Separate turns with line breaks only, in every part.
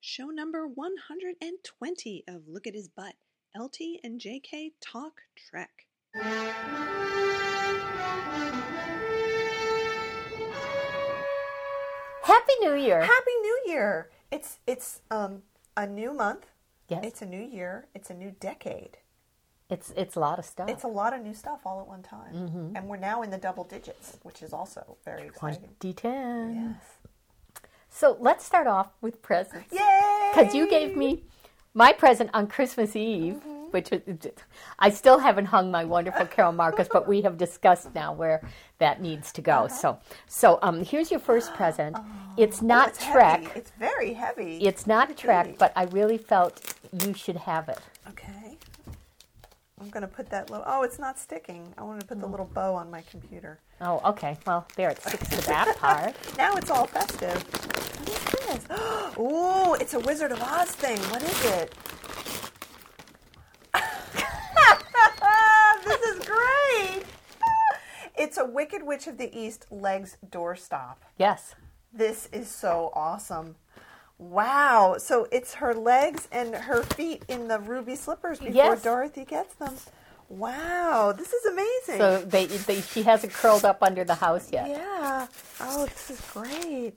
show number 120 of Look at His Butt LT and JK Talk Trek.
Happy New Year.
Happy New Year! It's it's um a new month.
Yes.
It's a new year. It's a new decade.
It's it's a lot of stuff.
It's a lot of new stuff all at one time,
Mm-hmm.
and we're now in the double digits, which is also very exciting.
2010.
Yes.
So let's start off with presents.
Yay!
Because you gave me my present on Christmas Eve,
Mm-hmm.
which was, I still haven't hung my wonderful Carol Marcus, but we have discussed now where that needs to
Uh-huh.
go. So so um, here's your first present. it's not
it's
Trek.
Oh, Heavy. It's very heavy.
It's not Trek,
Really?
but I really felt you should have it.
okay. I'm gonna put that little. Oh, it's not sticking. I want to
Mm.
put the little bow on my computer.
Oh, okay. Well, there it sticks to that part.
Now it's all festive. What is this? Ooh, it's a Wizard of Oz thing. What is it? this is great. it's a Wicked Witch of the East legs doorstop.
Yes.
This is so awesome. Wow. So it's her legs and her feet in the ruby slippers before
Yes.
Dorothy gets them. Wow. This is amazing.
So they, they she hasn't curled up under the house yet.
Yeah. Oh, this is great.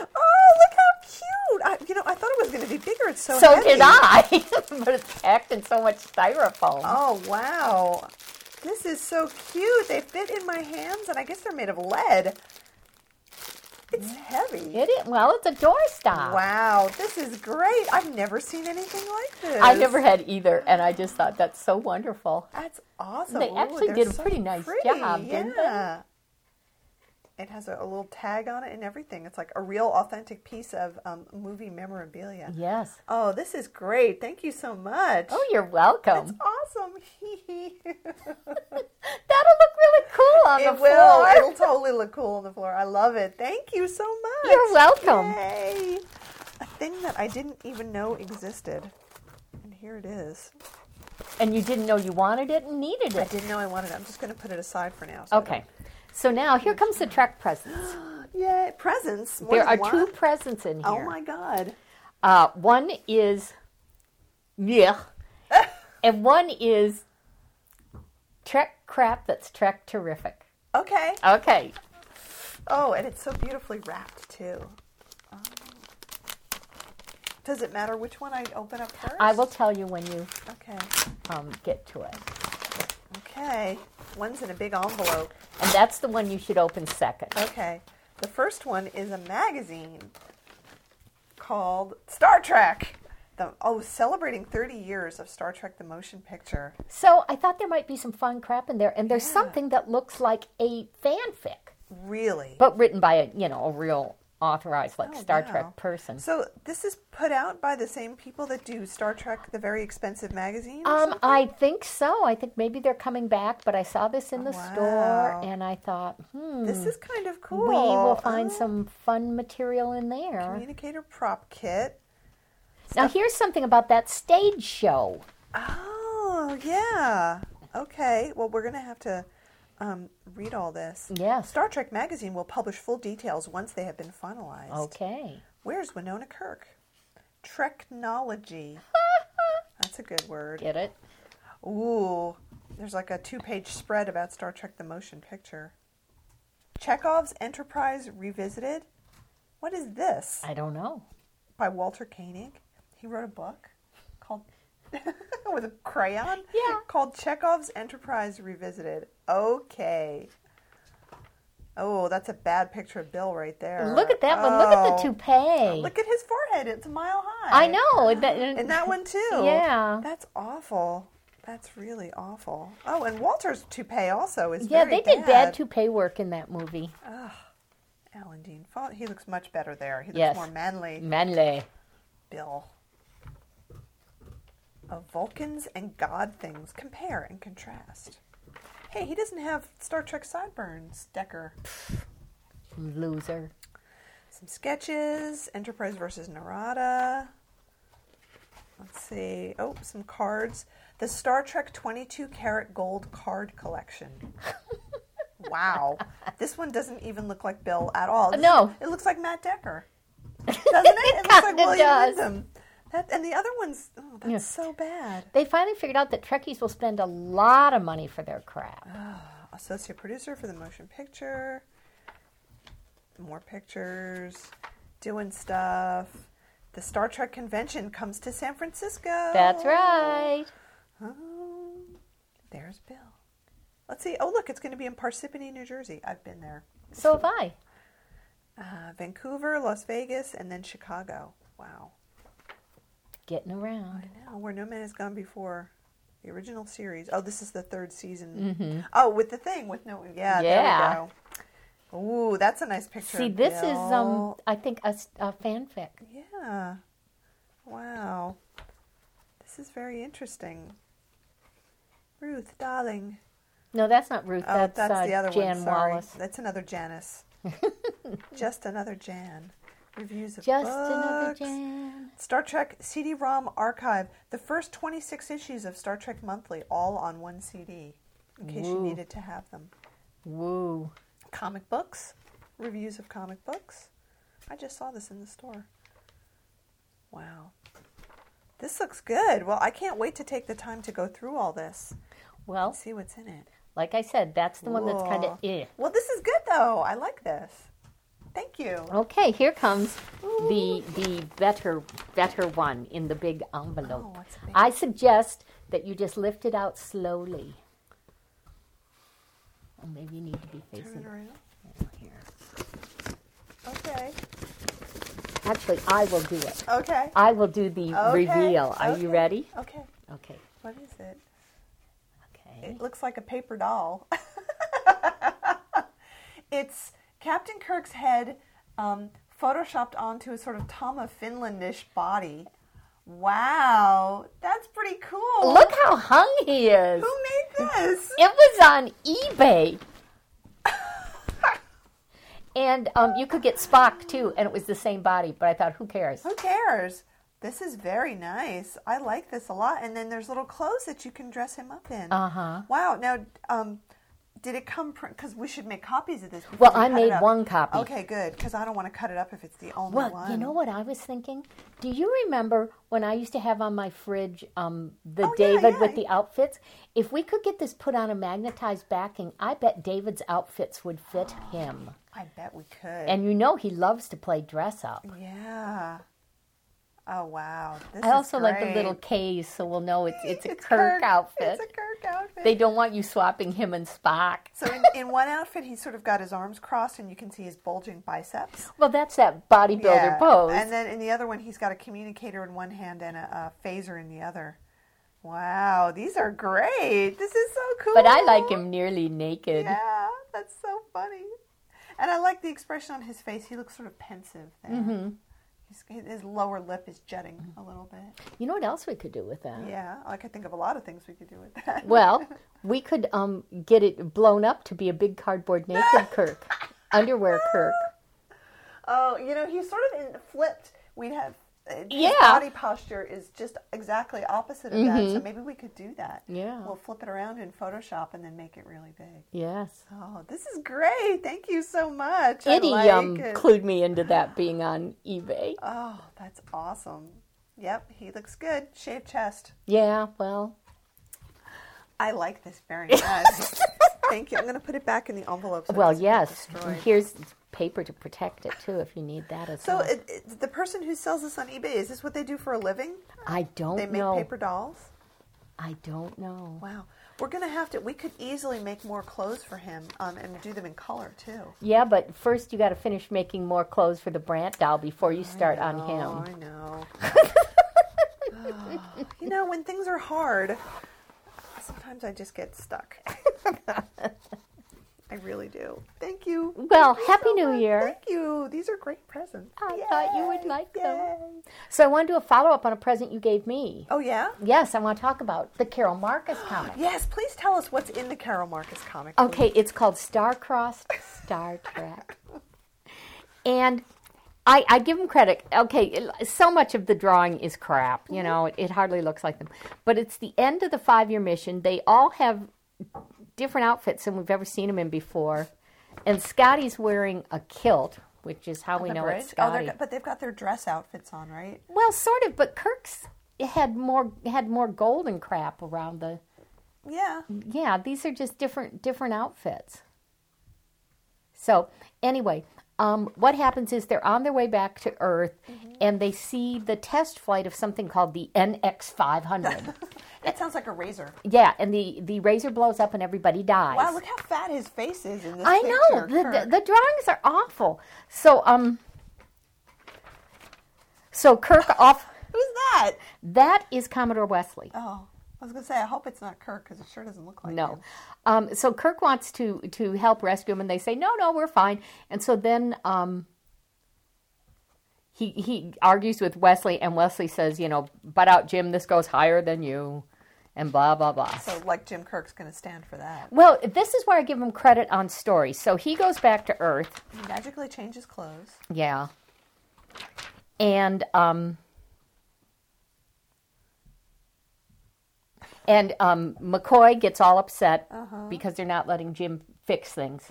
Oh, look how cute! I, you know, I thought it was going to be bigger. It's so.
So
heavy.
did I, but it's packed in so much styrofoam.
Oh wow, this is so cute. They fit in my hands, and I guess they're made of lead. It's heavy.
It is, well, it's a doorstop.
Wow, this is great. I've never seen anything like this.
I never had either, and I just thought that's so wonderful.
That's awesome.
They
Ooh,
actually
they're
did a
so
pretty nice
pretty.
job, didn't they?
yeah. It has a, a little tag on it and everything. It's like a real authentic piece of um, movie memorabilia.
Yes.
Oh, this is great. Thank you so much.
Oh, you're
That's
welcome.
awesome.
That'll look really cool on
it
the
will.
floor.
It'll totally look cool on the floor. I love it. Thank you so much.
You're welcome.
Yay. A thing that I didn't even know existed. And here it is.
And you didn't know you wanted it and needed
I
it.
didn't know I wanted it. I'm just going to put it aside for now. so I
Okay. So now here comes the Trek presents.
don't- Yay. Presents. More
There
than
are
one.
two presents in here.
Oh my God.
Uh, one is yeah, and one is Trek crap that's Trek terrific.
Okay.
Okay.
Oh, and it's so beautifully wrapped, too. Oh. Does it matter which one I open up first?
I will tell you when you
Okay.
um, get to it.
Okay. One's in a big envelope.
And that's the one you should open second.
Okay. The first one is a magazine called Star Trek. The, oh, celebrating 30 years of Star Trek the motion picture.
So I thought there might be some fun crap in there. And there's something that looks like a fanfic,
Really?
but written by a, you know, a real authorized, like
Oh,
Star
wow.
Trek person.
So this is put out by the same people that do Star Trek the very expensive magazine? or
Um,
something?
I think so. I think maybe they're coming back, but I saw this in the store
Oh, Wow.
and I thought, hmm,
this is kind of cool.
we will find
Oh,
some fun material in there.
communicator prop kit.
Now, here's something about that stage show.
Oh, yeah. Okay. Well, we're going to have to um, read all this.
Yes.
Star Trek magazine will publish full details once they have been finalized.
Oh. Okay.
Where's Winona Kirk? Treknology. That's a good word.
Get it?
Ooh, there's like a two page spread about Star Trek the motion picture. Chekhov's Enterprise Revisited. What is this?
I don't know.
By Walter Koenig. He wrote a book called, with a crayon?
Yeah.
Called Chekhov's Enterprise Revisited. Okay. Oh, that's a bad picture of Bill right there.
Look at that one. Look at the
Oh.
toupee.
Look at his forehead. It's a mile high.
I know. And that,
And that one too.
Yeah.
That's awful. That's really awful. Oh, and Walter's toupee also is
yeah,
very
they did bad toupee work in that movie.
Alan Dean Fo- He looks much better there. He looks
Yes.
more manly.
Manly.
Bill. Of Vulcans and God things. Compare and contrast. Hey, he doesn't have Star Trek sideburns, Decker.
Loser.
Some sketches. Enterprise versus Narada. Let's see. Oh, some cards. The Star Trek 22 karat gold card collection. wow. This one doesn't even look like Bill at all. This-
No.
It looks like Matt Decker. Doesn't it? It, looks like
kinda
William
does.
Wyndham. That and the other ones, oh, that's so bad.
They finally figured out that Trekkies will spend a lot of money for their crap.
Associate producer for the motion picture. More pictures, doing stuff. The Star Trek convention comes to San Francisco.
That's right.
Oh, there's Bill. Let's see. Oh, look, it's going to be in Parsippany, New Jersey. I've been there.
So have I.
Uh, Vancouver, Las Vegas, and then Chicago. Wow.
Getting around.
Now, where no man has gone before. The original series. Oh, this is the third season. Oh, with the thing with no. Yeah,
Mm-hmm. Yeah.
there we go. Ooh, that's a nice picture.
See,
of
this is um,
Bill.
I think a, s- a fanfic.
Yeah. Wow. This is very interesting. Ruth, darling.
No, that's not Ruth.
Oh,
that's
that's,
uh,
the other
Jan
one. Sorry,
Wallace.
that's another Janice. Just another Jan. Reviews of
Just
books.
another Jan.
Star Trek CD-ROM archive. The first 26 issues of Star Trek Monthly, all on one CD, in case you
Woo.
needed to have them.
Woo.
Comic books, reviews of comic books. I just saw this in the store. Wow. This looks good. Well, I can't wait to take the time to go through all this
Well,
and see what's in it.
like I said, that's the one that's kind of
Whoa.
eh.
Well, this is good though. I like this. Thank you.
Okay, here comes the the better better one in the big envelope.
Oh, what's big?
I suggest that you just lift it out slowly. Or maybe you need to be
Turn
facing
it around.
down here.
Okay.
Actually, I will do it.
Okay.
I will do the
Okay.
reveal. Are you
Okay.
ready?
Okay.
Okay.
What is it?
Okay.
It looks like a paper doll. it's Captain Kirk's head um, photoshopped onto a sort of Tom of Finlandish body. Wow, that's pretty cool.
Look how hung he is.
Who made this?
It was on eBay. and um, you could get Spock too, and it was the same body, but I thought, who cares?
Who cares? This is very nice. I like this a lot. And then there's little clothes that you can dress him up in. Uh
Uh-huh.
huh. Wow. Now, um, did it come? Because we should make copies of this. before
Well,
we
I
cut it
made
up.
one copy.
Okay, good. Because I don't want to cut it up if it's the only
Well,
one.
you know what I was thinking? Do you remember when I used to have on my fridge um, the
Oh, yeah,
David
yeah.
with the outfits? If we could get this put on a magnetized backing, I bet David's outfits would fit him.
I bet we could.
And you know he loves to play dress up.
yeah. Oh wow. This
I
is
also like the
great.
little K's, so we'll know it's it's a
It's
Kirk, outfit.
It's a Kirk outfit.
They don't want you swapping him and Spock.
so in, in one outfit, he's sort of got his arms crossed, and you can see his bulging biceps.
Well, that's that bodybuilder
Yeah.
pose.
And then in the other one, he's got a communicator in one hand and a, a phaser in the other. Wow, these are great. This is so cool.
but I like him nearly naked.
Yeah, that's so funny. And I like the expression on his face. He looks sort of pensive there.
Mm-hmm.
His, his lower lip is jutting a little bit.
You know what else we could do with that?
Yeah, I could think of a lot of things we could do with that.
Well, we could um, get it blown up to be a big cardboard naked Kirk, underwear Kirk.
Oh, you know, he's sort of in, flipped. We'd have uh, his
Yeah.
body posture is just exactly opposite of that. So maybe we could do that.
Mm-hmm. Yeah.
we'll flip it around in Photoshop and then make it really big.
Yes.
Oh, this is great! Thank you so much. I
Itty
like
um,
it.
clued me into that being on eBay.
Oh, that's awesome. Yep, he looks good. Shaved chest.
Yeah, well,
I like this very much. Thank you. I'm going to put it back in the envelope. So it
well,
doesn't get
yes.
destroyed.
Here's paper to protect it too, if you need that as
So
well.
it, it, the person who sells this on eBay is this what they do for a living?
I don't
They make
know.
paper dolls.
I don't know.
Wow, we're going to have to. We could easily make more clothes for him um, and do them in color too.
Yeah, but first you got to finish making more clothes for the Brant doll before you start on him.
Oh, I know. Oh, you know, when things are hard, sometimes I just get stuck. I really do. Thank you.
Well,
Thank you
Happy
so
New
much.
Year.
Thank you. These are great presents.
I thought you would like them.
yay.
So I want to do a follow up on a present you gave me.
Oh, yeah?
Yes, I want to talk about the Carol Marcus comic.
Yes, please tell us what's in the Carol Marcus comic. please.
Okay, it's called Star-Crossed Star Trek. And I, I give them credit. Okay, it- so much of the drawing is crap. You know, it, it hardly looks like them. But it's the end of the five year mission. They all have different outfits than we've ever seen them in before. And Scotty's wearing a kilt, which is how we
The
know
bridge?
it's
Oh, they're
Scotty.
go- but they've got their dress outfits on, right?
well, sort of, but Kirk's had more had more golden crap around the.
Yeah.
Yeah, these are just different different outfits. So anyway, um, what happens is they're on their way back to Earth,
Mm-hmm.
and they see the test flight of something called the NX five hundred.
It sounds like a razor.
yeah, and the the razor blows up and everybody dies.
Wow, look how fat his face is in this
I
picture.
know the, the
Kirk.
the drawings are awful. So um, so Kirk off.
Who's that?
That is Commodore Wesley.
Oh, I was going to say, I hope it's not Kirk because it sure doesn't look like
No.
him.
Um, so Kirk wants to to help rescue him, and they say, "No, no, we're fine." And so then um, he he argues with Wesley, and Wesley says, "You know, butt out, Jim. This goes higher than you," and blah blah blah.
So, like, Jim Kirk's going to stand for that.
well, this is where I give him credit on story. So he goes back to Earth.
He magically changes clothes.
Yeah. And um and um McCoy gets all upset because they're not letting Jim fix things.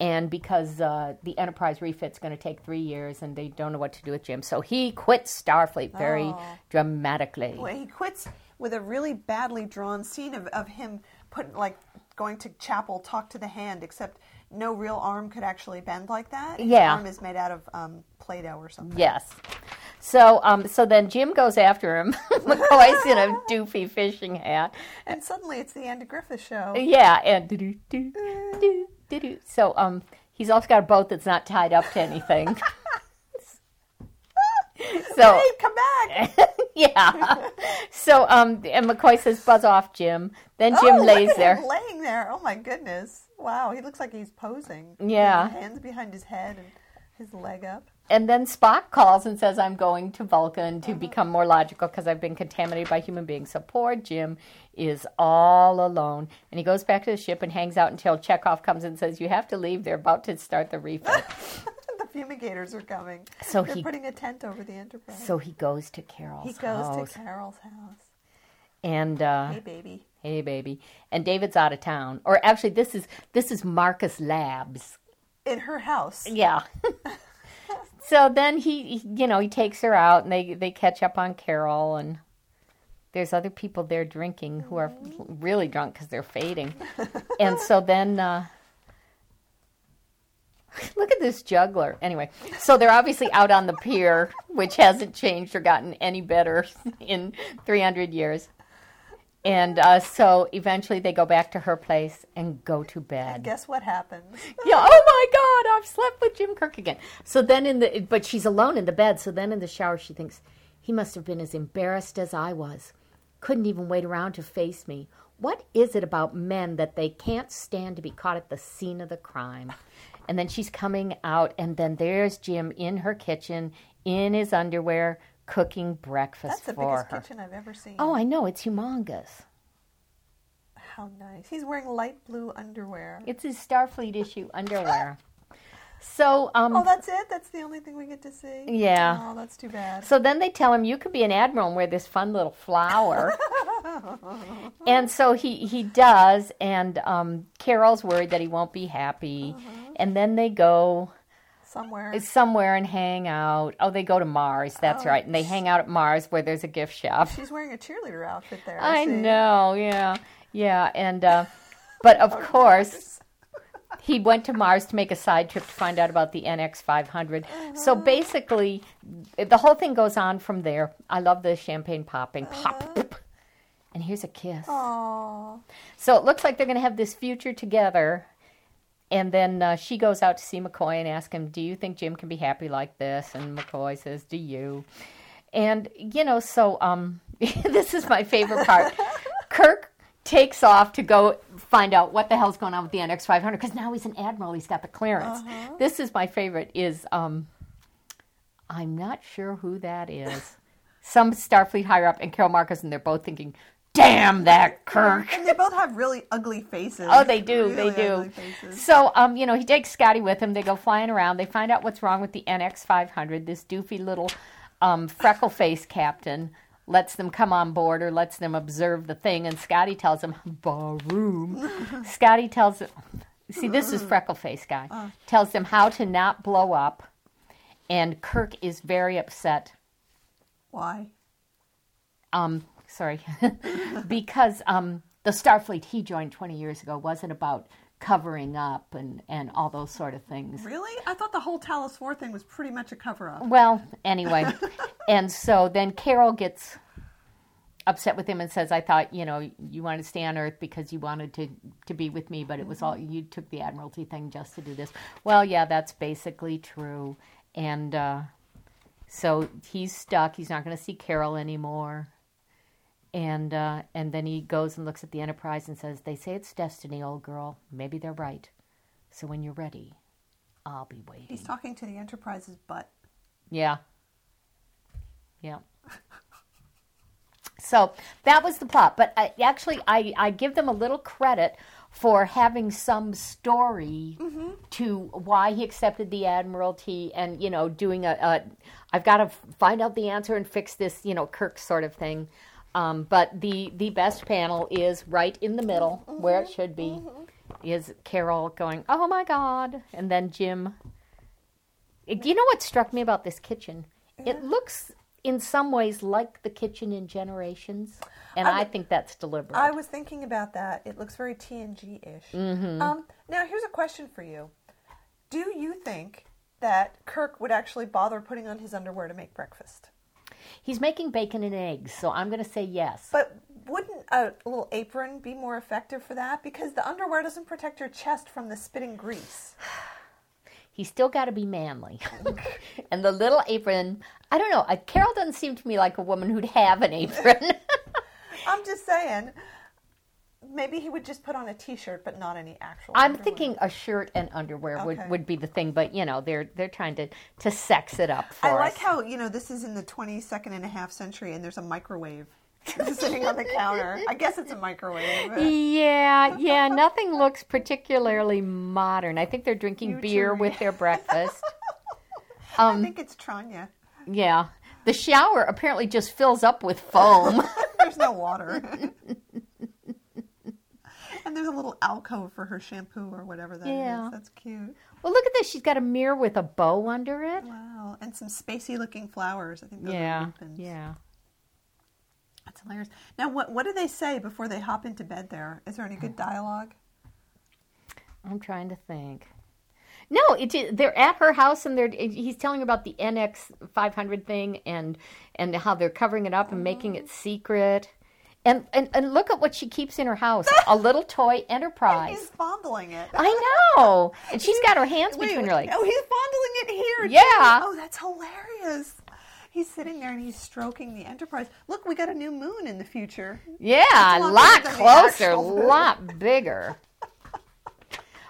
And because uh, the Enterprise refit's going to take three years, and they don't know what to do with Jim, so he quits Starfleet very dramatically.
Well, he quits with a really badly drawn scene of, of him putting, like, going to chapel, talk to the hand, except no real arm could actually bend like that. His
Yeah.
arm is made out of um, Play Doh or something.
Yes. So, um, so then Jim goes after him. McCoy's in a doofy fishing hat,
And suddenly it's the Andy Griffith show.
Yeah, and do do do do do. So um, he's also got a boat that's not tied up to anything. so
Hey, come back!
yeah, so um, and McCoy says, "Buzz off, Jim." Then Jim
Oh, look
lays
at
there.
him Laying there. Oh, my goodness. Wow, he looks like he's posing.
Yeah.
His hands behind his head and his leg up.
And then Spock calls and says, I'm going to Vulcan to become more logical because I've been contaminated by human beings. So poor Jim is all alone. And he goes back to the ship and hangs out until Chekhov comes and says, You have to leave. They're about to start the refit.
the fumigators are coming.
So
They're
he-
putting a tent over the Enterprise.
so he goes to Carol's
he goes
house.
to Carol's house.
and uh,
Hey, baby.
hey baby and david's out of town or actually this is this is marcus labs
In her house.
yeah so then he he- you know he takes her out and they they catch up on carol and there's other people there drinking who are really drunk because they're fading and so then uh Look at this juggler. Anyway, so they're obviously out on the pier, which hasn't changed or gotten any better in 300 years. And uh, so eventually they go back to her place and go to bed
Guess what happens?
yeah. Oh my God, I've slept with Jim Kirk again. So then in the but she's alone in the bed. So then in the shower, she thinks he must have been as embarrassed as I was. Couldn't even wait around to face me. What is it about men that they can't stand to be caught at the scene of the crime? And then she's coming out, and then there's Jim in her kitchen in his underwear cooking breakfast
That's the
for
biggest
her.
kitchen I've ever seen.
Oh, I know it's humongous.
How nice. He's wearing light blue underwear.
It's his Starfleet issue underwear. So um,
Oh, that's it? That's the only thing we get to see?
Yeah.
Oh, that's too bad.
So then they tell him you could be an admiral and wear this fun little flower. and so he he does, and um, Carol's worried that he won't be happy. And then they go uh,
Somewhere.
somewhere and hang out. Oh, they go to Mars. That's right, and they hang out at Mars where there's a gift shop.
She's wearing a cheerleader outfit there.
I
see.
know, yeah, yeah, and uh, but
Oh,
of course. He went to Mars to make a side trip to find out about the NX 500.
Uh-huh.
So basically, the whole thing goes on from there. I love the champagne popping.
Uh-huh.
Pop. pop. And here's a kiss.
Aw.
So it looks like they're going to have this future together. And then uh, she goes out to see McCoy and asks him, Do you think Jim can be happy like this? And McCoy says, Do you? And, you know, so um, this is my favorite part. Kirk takes off to go find out what the hell's going on with the NX 500 because now he's an admiral. He's got the clearance. This is my favorite is um, I'm not sure who that is. Some Starfleet higher up and Carol Marcus, and they're both thinking, Damn that Kirk.
And they both have really ugly faces.
Oh, they do.
Really
they do.
ugly faces.
So, um, you know, he takes Scotty with him. They go flying around. They find out what's wrong with the NX 500. This doofy little um, freckle face captain lets them come on board or lets them observe the thing. And Scotty tells him, ballroom. Scotty tells See, this is freckle face guy.
Uh.
Tells them how to not blow up, and Kirk is very upset.
Why?
Um, sorry, because um, the Starfleet he joined 20 years ago wasn't about covering up and and all those sort of things.
Really? I thought the whole Talos War thing was pretty much a cover up.
Well, anyway, and so then Carol gets upset with him and says, "I thought you know you wanted to stay on Earth because you wanted to to be with me, but it was all you took the Admiralty thing just to do this." Well, yeah, that's basically true, and uh, so he's stuck. He's not going to see Carol anymore. And uh, and then he goes and looks at the Enterprise and says, "They say it's destiny, old girl. Maybe they're right. So when you're ready, I'll be waiting."
He's talking to the Enterprise's butt.
Yeah. Yeah. So that was the plot, but I, actually, I, I give them a little credit for having some story to why he accepted the admiralty, and you know, doing a, a I've got to find out the answer and fix this, you know, Kirk sort of thing. Um, but the the best panel is right in the middle where it should be. Is Carol going? Oh my God! And then Jim it- You know what struck me about this kitchen? It looks in some ways like the kitchen in Generations, and I, think that's deliberate.
I was thinking about that. It looks very TNG ish.
Mm-hmm.
Um, now, here's a question for you Do you think that Kirk would actually bother putting on his underwear to make breakfast?
He's making bacon and eggs, so I'm going to say yes.
But wouldn't a little apron be more effective for that? Because the underwear doesn't protect your chest from the spitting grease.
He's still got to be manly. and the little apron, I don't know. I, Carol doesn't seem to me like a woman who'd have an apron.
I'm just saying, maybe he would just put on a t shirt, but not any actual.
I'm
underwear.
thinking a shirt and underwear
Okay.
would, would be the thing, but you know, they're they're trying to, to sex it up for
I like
us.
how, you know, this is in the 22nd and a half century and there's a microwave sitting on the counter. I guess it's a microwave.
Yeah, yeah, nothing looks particularly modern. I think they're drinking beer with their breakfast.
I think it's Tranya.
yeah. The shower apparently just fills up with foam.
There's no water. and there's a little alcove for her shampoo or whatever that is.
Yeah.
That's cute.
well, look at this. She's got a mirror with a bow under it.
Wow. And some spacey looking flowers. I think those are
Yeah.
lupins.
Yeah.
That's hilarious. Now, what, what do they say before they hop into bed there? Is there any good dialogue?
I'm trying to think. No, it, ju- they're at her house and they're he's telling her about the NX 500 thing and and how they're covering it up and making
Oh.
it secret. And, and and look at what she keeps in her house, a little toy enterprise.
He's fondling it.
I know. And she's got her hands
Wait,
between her
wait.
legs.
Oh, he's fondling it here. too.
Yeah.
Oh, that's hilarious. He's sitting there and he's stroking the Enterprise. Look, we got a new moon in the future.
Yeah, a
longer
lot
than the
closer, a
actual-
lot bigger.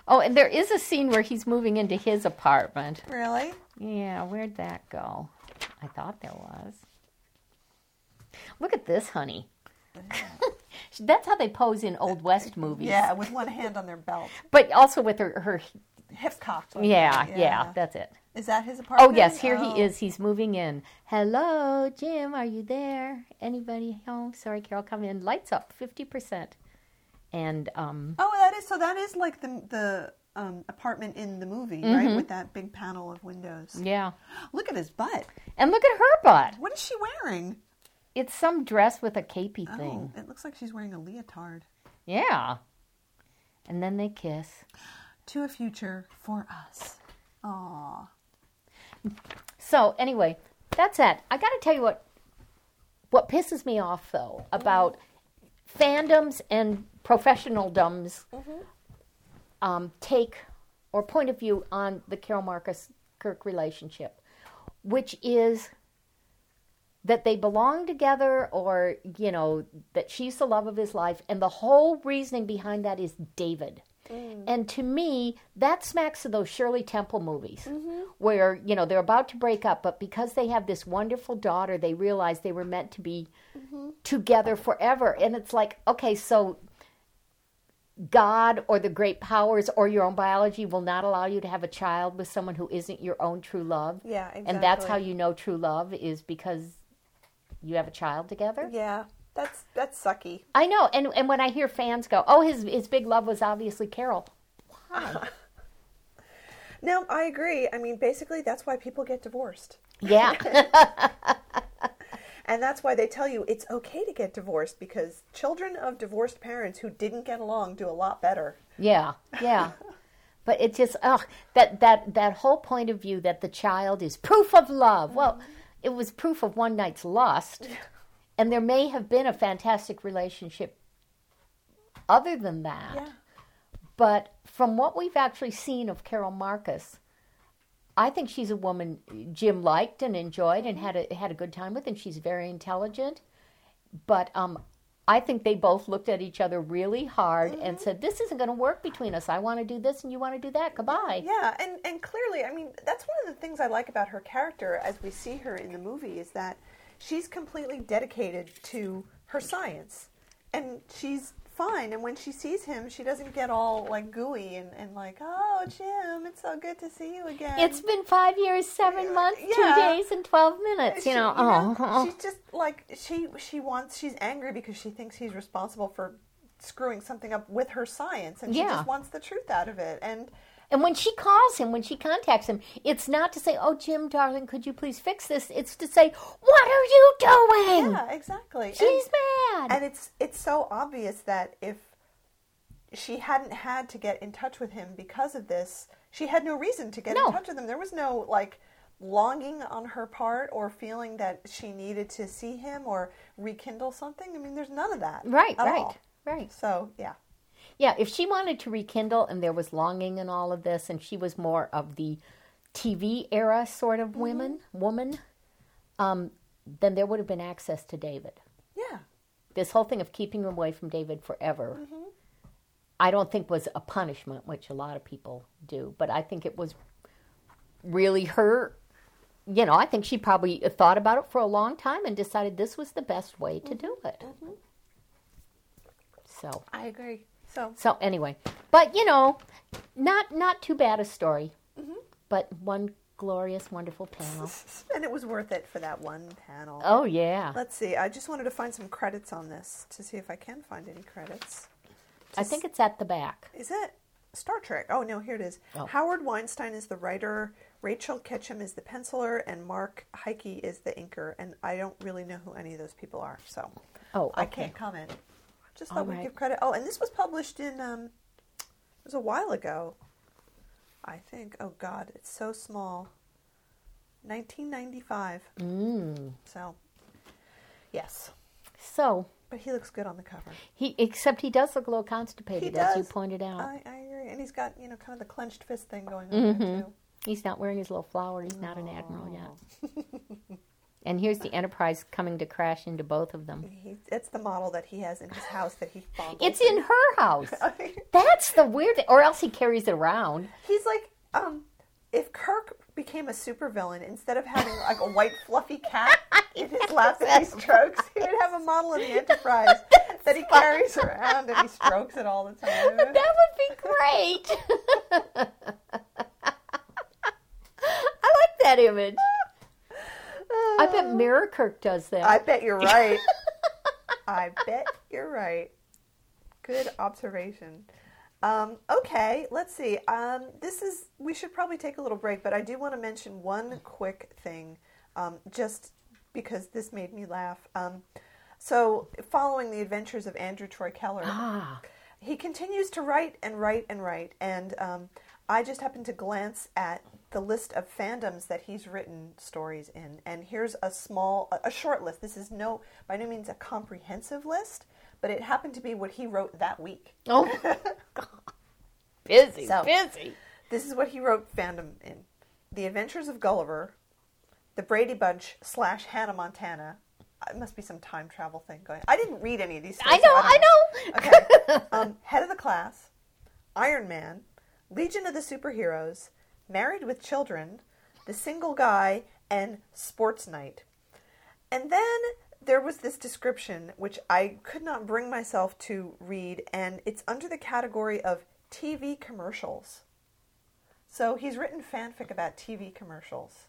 Oh, and there is a scene where he's moving into his apartment.
Really?
Yeah, where'd that go? I thought there was. Look at this, honey. That's how they pose in Old West movies.
Yeah, with one hand on their belt.
But also with her, her
Hip cocked. like
yeah,
that.
yeah, that's it.
Is that his
Oh,
apartment?
yes, here
Oh.
he is. He's moving in. Hello, Jim, are you there? Anybody home? Sorry, Carol, come in. Lights up 50%. And um,
Oh, that is so. That is like the the um, apartment in the movie,
Mm-hmm.
right? With that big panel of windows.
yeah.
Look at his butt.
And look at her butt.
What is she wearing?
It's some dress with a capey
Oh,
thing.
it looks like she's wearing a leotard.
Yeah. And then they kiss.
To a future for us. Aw.
So anyway, that's it. I got to tell you what what pisses me off though about fandoms and professional dums um, take or point of view on the Carol Marcus Kirk relationship, which is that they belong together or you know that she's the love of his life and the whole reasoning behind that is david and to me that smacks of those shirley temple movies where you know they're about to break up but because they have this wonderful daughter they realize they were meant to be together forever and it's like okay so God or the great powers or your own biology will not allow you to have a child with someone who isn't your own true love.
Yeah,
And that's
exactly.
how you know true love is because you have a child together.
Yeah, that's that's sucky.
I know. And and when I hear fans go, "Oh, his his big love was obviously Carol." Hi.
No, I agree. I mean, basically, that's why people get divorced.
Yeah.
And that's why they tell you it's okay to get divorced because children of divorced parents who didn't get along do a lot better.
Yeah. Yeah. But it just oh that that that whole point of view that the child is proof of love. Well, it was proof of one night's lust. And there may have been a fantastic relationship other than that. But from what we've actually seen of Carol Marcus, I think she's a woman Jim liked and enjoyed and had a had a good time with, and she's very intelligent. But um, I think they both looked at each other really hard and said, "This isn't going to work between us. I want to do this, and you want to do that. Goodbye."
Yeah, and, and clearly, I mean, that's one of the things I like about her character as we see her in the movie is that she's completely dedicated to her science. And she's fine. And when she sees him, she doesn't get all like gooey and, and like, oh, Jim, it's so good to see you again.
It's been five years, seven months,
yeah.
two days, and twelve minutes.
She-
You know, oh,
she's just like she she wants she's angry because she thinks he's responsible for screwing something up with her science and she
Yeah.
just wants the truth out of it and
And when she calls him, when she contacts him, it's not to say, "Oh, Jim, darling, could you please fix this?" It's to say, "What are you doing?"
yeah exactly And-
Hmm. She's mad.
and it's it's so obvious that if she hadn't had to get in touch with him because of this she had no reason to get
No.
in touch with him there was no like longing on her part or feeling that she needed to see him or rekindle something i mean there's none of that
right,
at
right,
all.
right.
so yeah
Yeah, if she wanted to rekindle and there was longing and all of this, and she was more of the TV era sort of women,
Mm-hmm.
woman, um, then there would have been access to David.
yeah
This whole thing of keeping him away from David forever,
Mm-hmm.
I don't think was a punishment, which a lot of people do, but I think it was really her. You know, I think she probably thought about it for a long time and decided this was the best way to do
Mm-hmm.
it. So.
i agree so
So anyway, but you know, not not too bad a story, but one glorious, wonderful panel.
And it was worth it for that one panel.
Oh yeah,
Let's see. I just wanted to find some credits on this to see if I can find any credits.
I think it's at the back.
Is it Star Trek? Oh, no, here it is.
Oh.
Howard Weinstein is the writer, Rachel Ketchum is the penciler, and Mark Heike is the inker. And I don't really know who any of those people are, so
Oh,
I
okay.
can't comment. Just
All
thought we'd
right.
give credit. Oh, and this was published in, um, it was a while ago, I think. Oh, God, it's so small. 1995.
Mm.
So, yes.
So
But he looks good on the cover.
he, except he does look a little constipated,
He
as you
does.
pointed out.
I, I agree. And he's got, you know, kind of the clenched fist thing going on
Mm-hmm.
there, too.
He's not wearing his little flower. He's not an admiral
Oh.
yet. and here's the Enterprise coming to crash into both of them.
He, it's the model that he has in his house that he fondles.
It's in her house.
in.
That's the weird thing. Or else he carries it around.
he's like, um, if Kirk became a supervillain, instead of having like a white fluffy cat in his lap that he strokes, he would have a model of the Enterprise that he carries around and he strokes it all the time.
That would be great. I like that image. I bet Mirakirk does that.
I bet you're right. I bet you're right. Good observation. Um, okay, let's see. Um, this is we should probably take a little break, but I do want to mention one quick thing, um, just because this made me laugh. Um, so, following the adventures of Andrew Troy Keller,
ah,
he continues to write and write and write and um, i just happened to glance at the list of fandoms that he's written stories in and here's a small a- a short list this is no by no means a comprehensive list but it happened to be what he wrote that week
oh, busy,
So-
busy.
this is what he wrote fandom in the adventures of gulliver the brady bunch slash hannah montana it must be some time travel thing going i didn't read any of these
I
stories, so
know,
don't
I know.
Okay. um, Head of the Class, Iron Man, Legion of the Superheroes, Married with Children, The Single Guy, and Sports Night. And then there was this description, which I could not bring myself to read, and it's under the category of TV commercials. So he's written fanfic about TV commercials.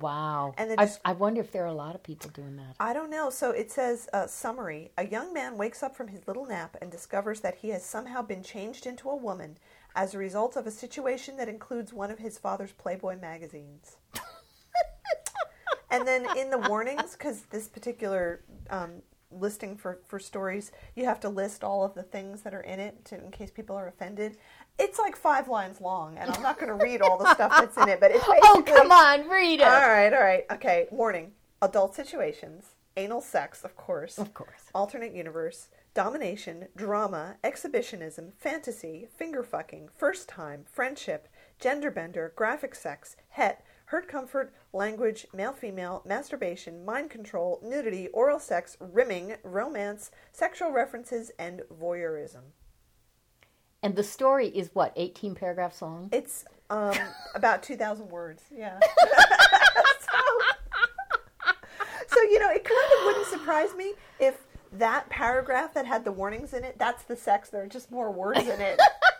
Wow.
And then
I,
just-
I wonder if there are a lot of people doing that.
I don't know. So it says uh, summary: A young man wakes up from his little nap and discovers that he has somehow been changed into a woman. as a result of a situation that includes one of his father's Playboy magazines. and then in the warnings, because this particular um, listing for, for stories, you have to list all of the things that are in it to, in case people are offended. It's like five lines long, and I'm not going to read all the stuff that's in it, but it's basically.
Oh, come on, read it.
All right, all right. Okay, warning. Adult situations, anal sex, of course. Of
course.
Alternate universe, domination, drama, exhibitionism, fantasy, finger fucking, first time, friendship, gender bender, graphic sex, het, hurt comfort, language, male female, masturbation, mind control, nudity, oral sex, rimming, romance, sexual references, and voyeurism.
And the story is what, 18 paragraphs long?
It's um, about 2,000 words. Yeah. so, so, you know, it kind of wouldn't surprise me if that paragraph that had the warnings in it, that's the sex. There are just more words in it.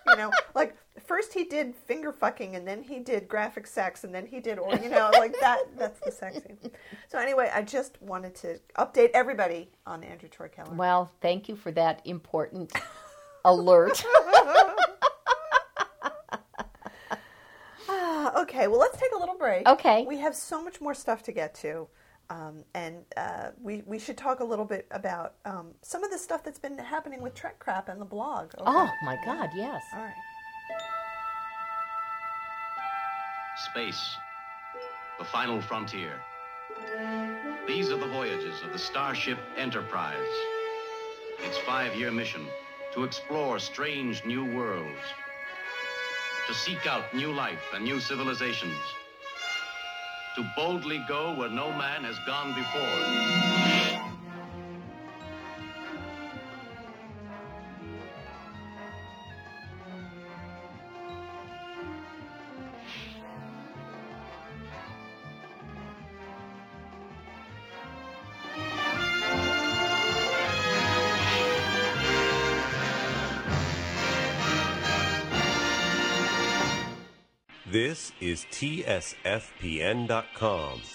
You know, like first he did finger fucking and then he did graphic sex and then he did, or, you know, like that. That's the sex scene. So, anyway, I just wanted to update everybody on Andrew Troy Keller.
Well, thank you for that important alert.
Ah, okay, well, let's take a little break.
Okay.
We have so much more stuff to get to. Um, and uh, we, we should talk a little bit about um, some of the stuff that's been happening with Trek Crap and the blog. Okay?
Oh, my God, yes.
All right.
Space, the final frontier. These are the voyages of the Starship Enterprise. Its five year mission to explore strange new worlds, to seek out new life and new civilizations, to boldly go where no man has gone before.
This is TSFPN.com,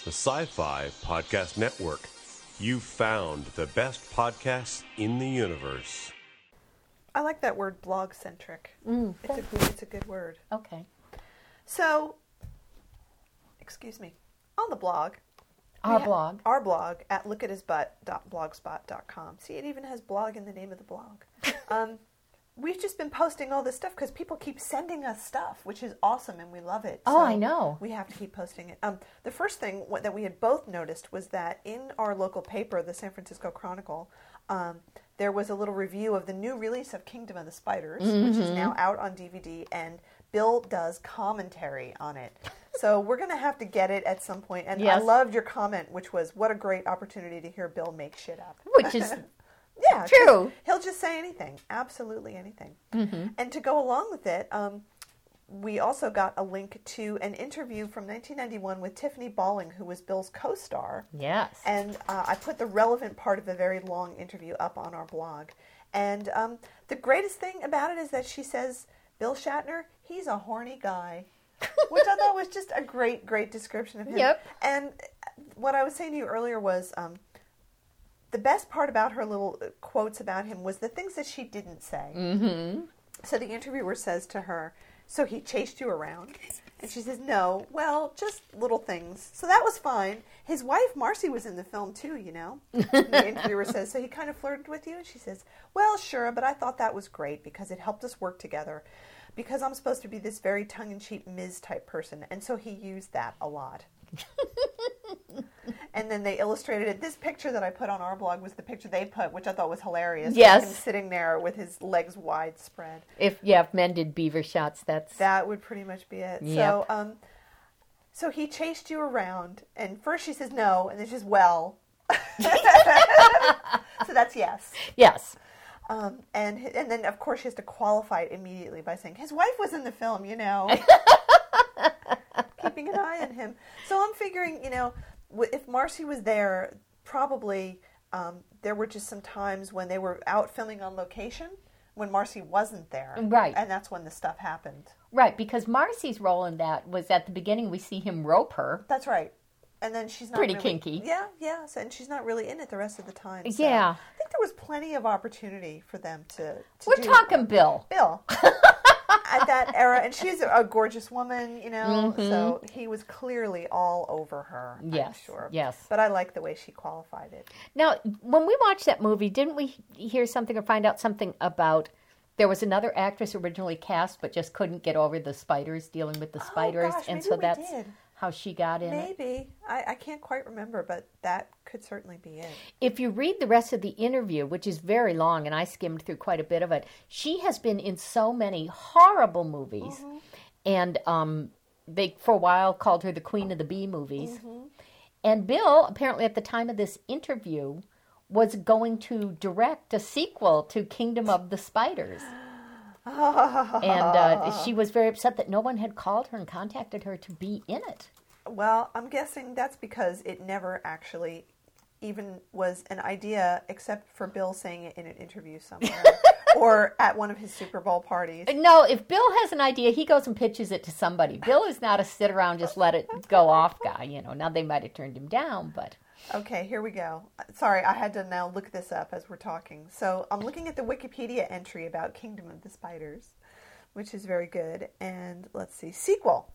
the sci fi podcast network. You've found the best podcasts in the universe.
I like that word blog centric.
Mm.
it's, a good, it's a good word.
Okay.
So, excuse me, on the blog,
Our
Yeah.
blog.
Our blog at lookathisbutt.blogspot.com. See, it even has blog in the name of the blog. um, we've just been posting all this stuff because people keep sending us stuff, which is awesome and we love it.
Oh, I know.
We have to keep posting it. Um, the first thing wha- that we had both noticed was that in our local paper, the San Francisco Chronicle, um, there was a little review of the new release of Kingdom of the Spiders, which is now out on DVD, and Bill does commentary on it. So we're going to have to get it at some point, and I
Yes.
love loved your comment, which was what a great opportunity to hear Bill make shit up.
Which is
Yeah, 'cause
True.
He'll just say anything, absolutely anything. And to go along with it, um, we also got a link to an interview from 1991 with Tiffany Balling, who was Bill's co-star.
Yes.
And uh, I put the relevant part of the very long interview up on our blog. And um, the greatest thing about it is that she says, Bill Shatner, he's a horny guy. Which I thought was just a great, great description of him.
Yep.
And uh, what I was saying to you earlier was um, the best part about her little uh, quotes about him was the things that she didn't say. So the interviewer says to her, So he chased you around? And she says, No, well, just little things. So that was fine. His wife, Marcy, was in the film too, you know? And the interviewer says, So he kind of flirted with you? And she says, Well, sure, but I thought that was great because it helped us work together. Because I'm supposed to be this very tongue in cheek Ms. type person. And so he used that a lot. and then they illustrated it. This picture that I put on our blog was the picture they put, which I thought was hilarious. with
Yes.
him sitting there with his legs wide spread.
if yeah, if men did beaver shots, that's
That would pretty much be it.
Yep.
So, um, so he chased you around, and first she says no, and then she says well. so that's yes.
yes.
Um, and hi- and then of course she has to qualify it immediately by saying his wife was in the film, you know, keeping an eye on him. So I'm figuring, you know, w- if Marcy was there, probably um, there were just some times when they were out filming on location when Marcy wasn't there,
Right.
And that's when the stuff happened.
Right, because Marcy's role in that was at the beginning we see him rope her.
That's right. And then she's not
Pretty
really-
kinky.
Yeah, yeah. So, and she's not really in it the rest of the time. so
Yeah.
I think there was plenty of opportunity for them to. to
We're
do-
talking Bill.
Bill. at that era, and she's a, a gorgeous woman, you know. So he was clearly all over her. I'm
Mm-hmm. Yes,
sure.
yes.
But I like the way she qualified it.
Now, when we watched that movie, didn't we hear something or find out something about there was another actress originally cast but just couldn't get over the spiders dealing with the spiders
gosh,
and
maybe
so
we
that's
did.
how she got in it.
Maybe I, I can't quite remember, but that could certainly be it.
If you read the rest of the interview, which is very long and I skimmed through quite a bit of it, she has been in so many horrible movies and um they for a while called her the queen of the B movies. And Bill, apparently at the time of this interview, was going to direct a sequel to Kingdom of the Spiders. and uh, she was very upset that no one had called her and contacted her to be in it.
Well, I'm guessing that's because it never actually even was an idea, except for Bill saying it in an interview somewhere or at one of his Super Bowl parties.
No, if Bill has an idea, he goes and pitches it to somebody. Bill is not a sit around just let it go off guy, you know. Now they might have turned him down, but
Okay, here we go. Sorry, I had to now look this up as we're talking. So I'm looking at the Wikipedia entry about Kingdom of the Spiders, which is very good. And let's see, sequel.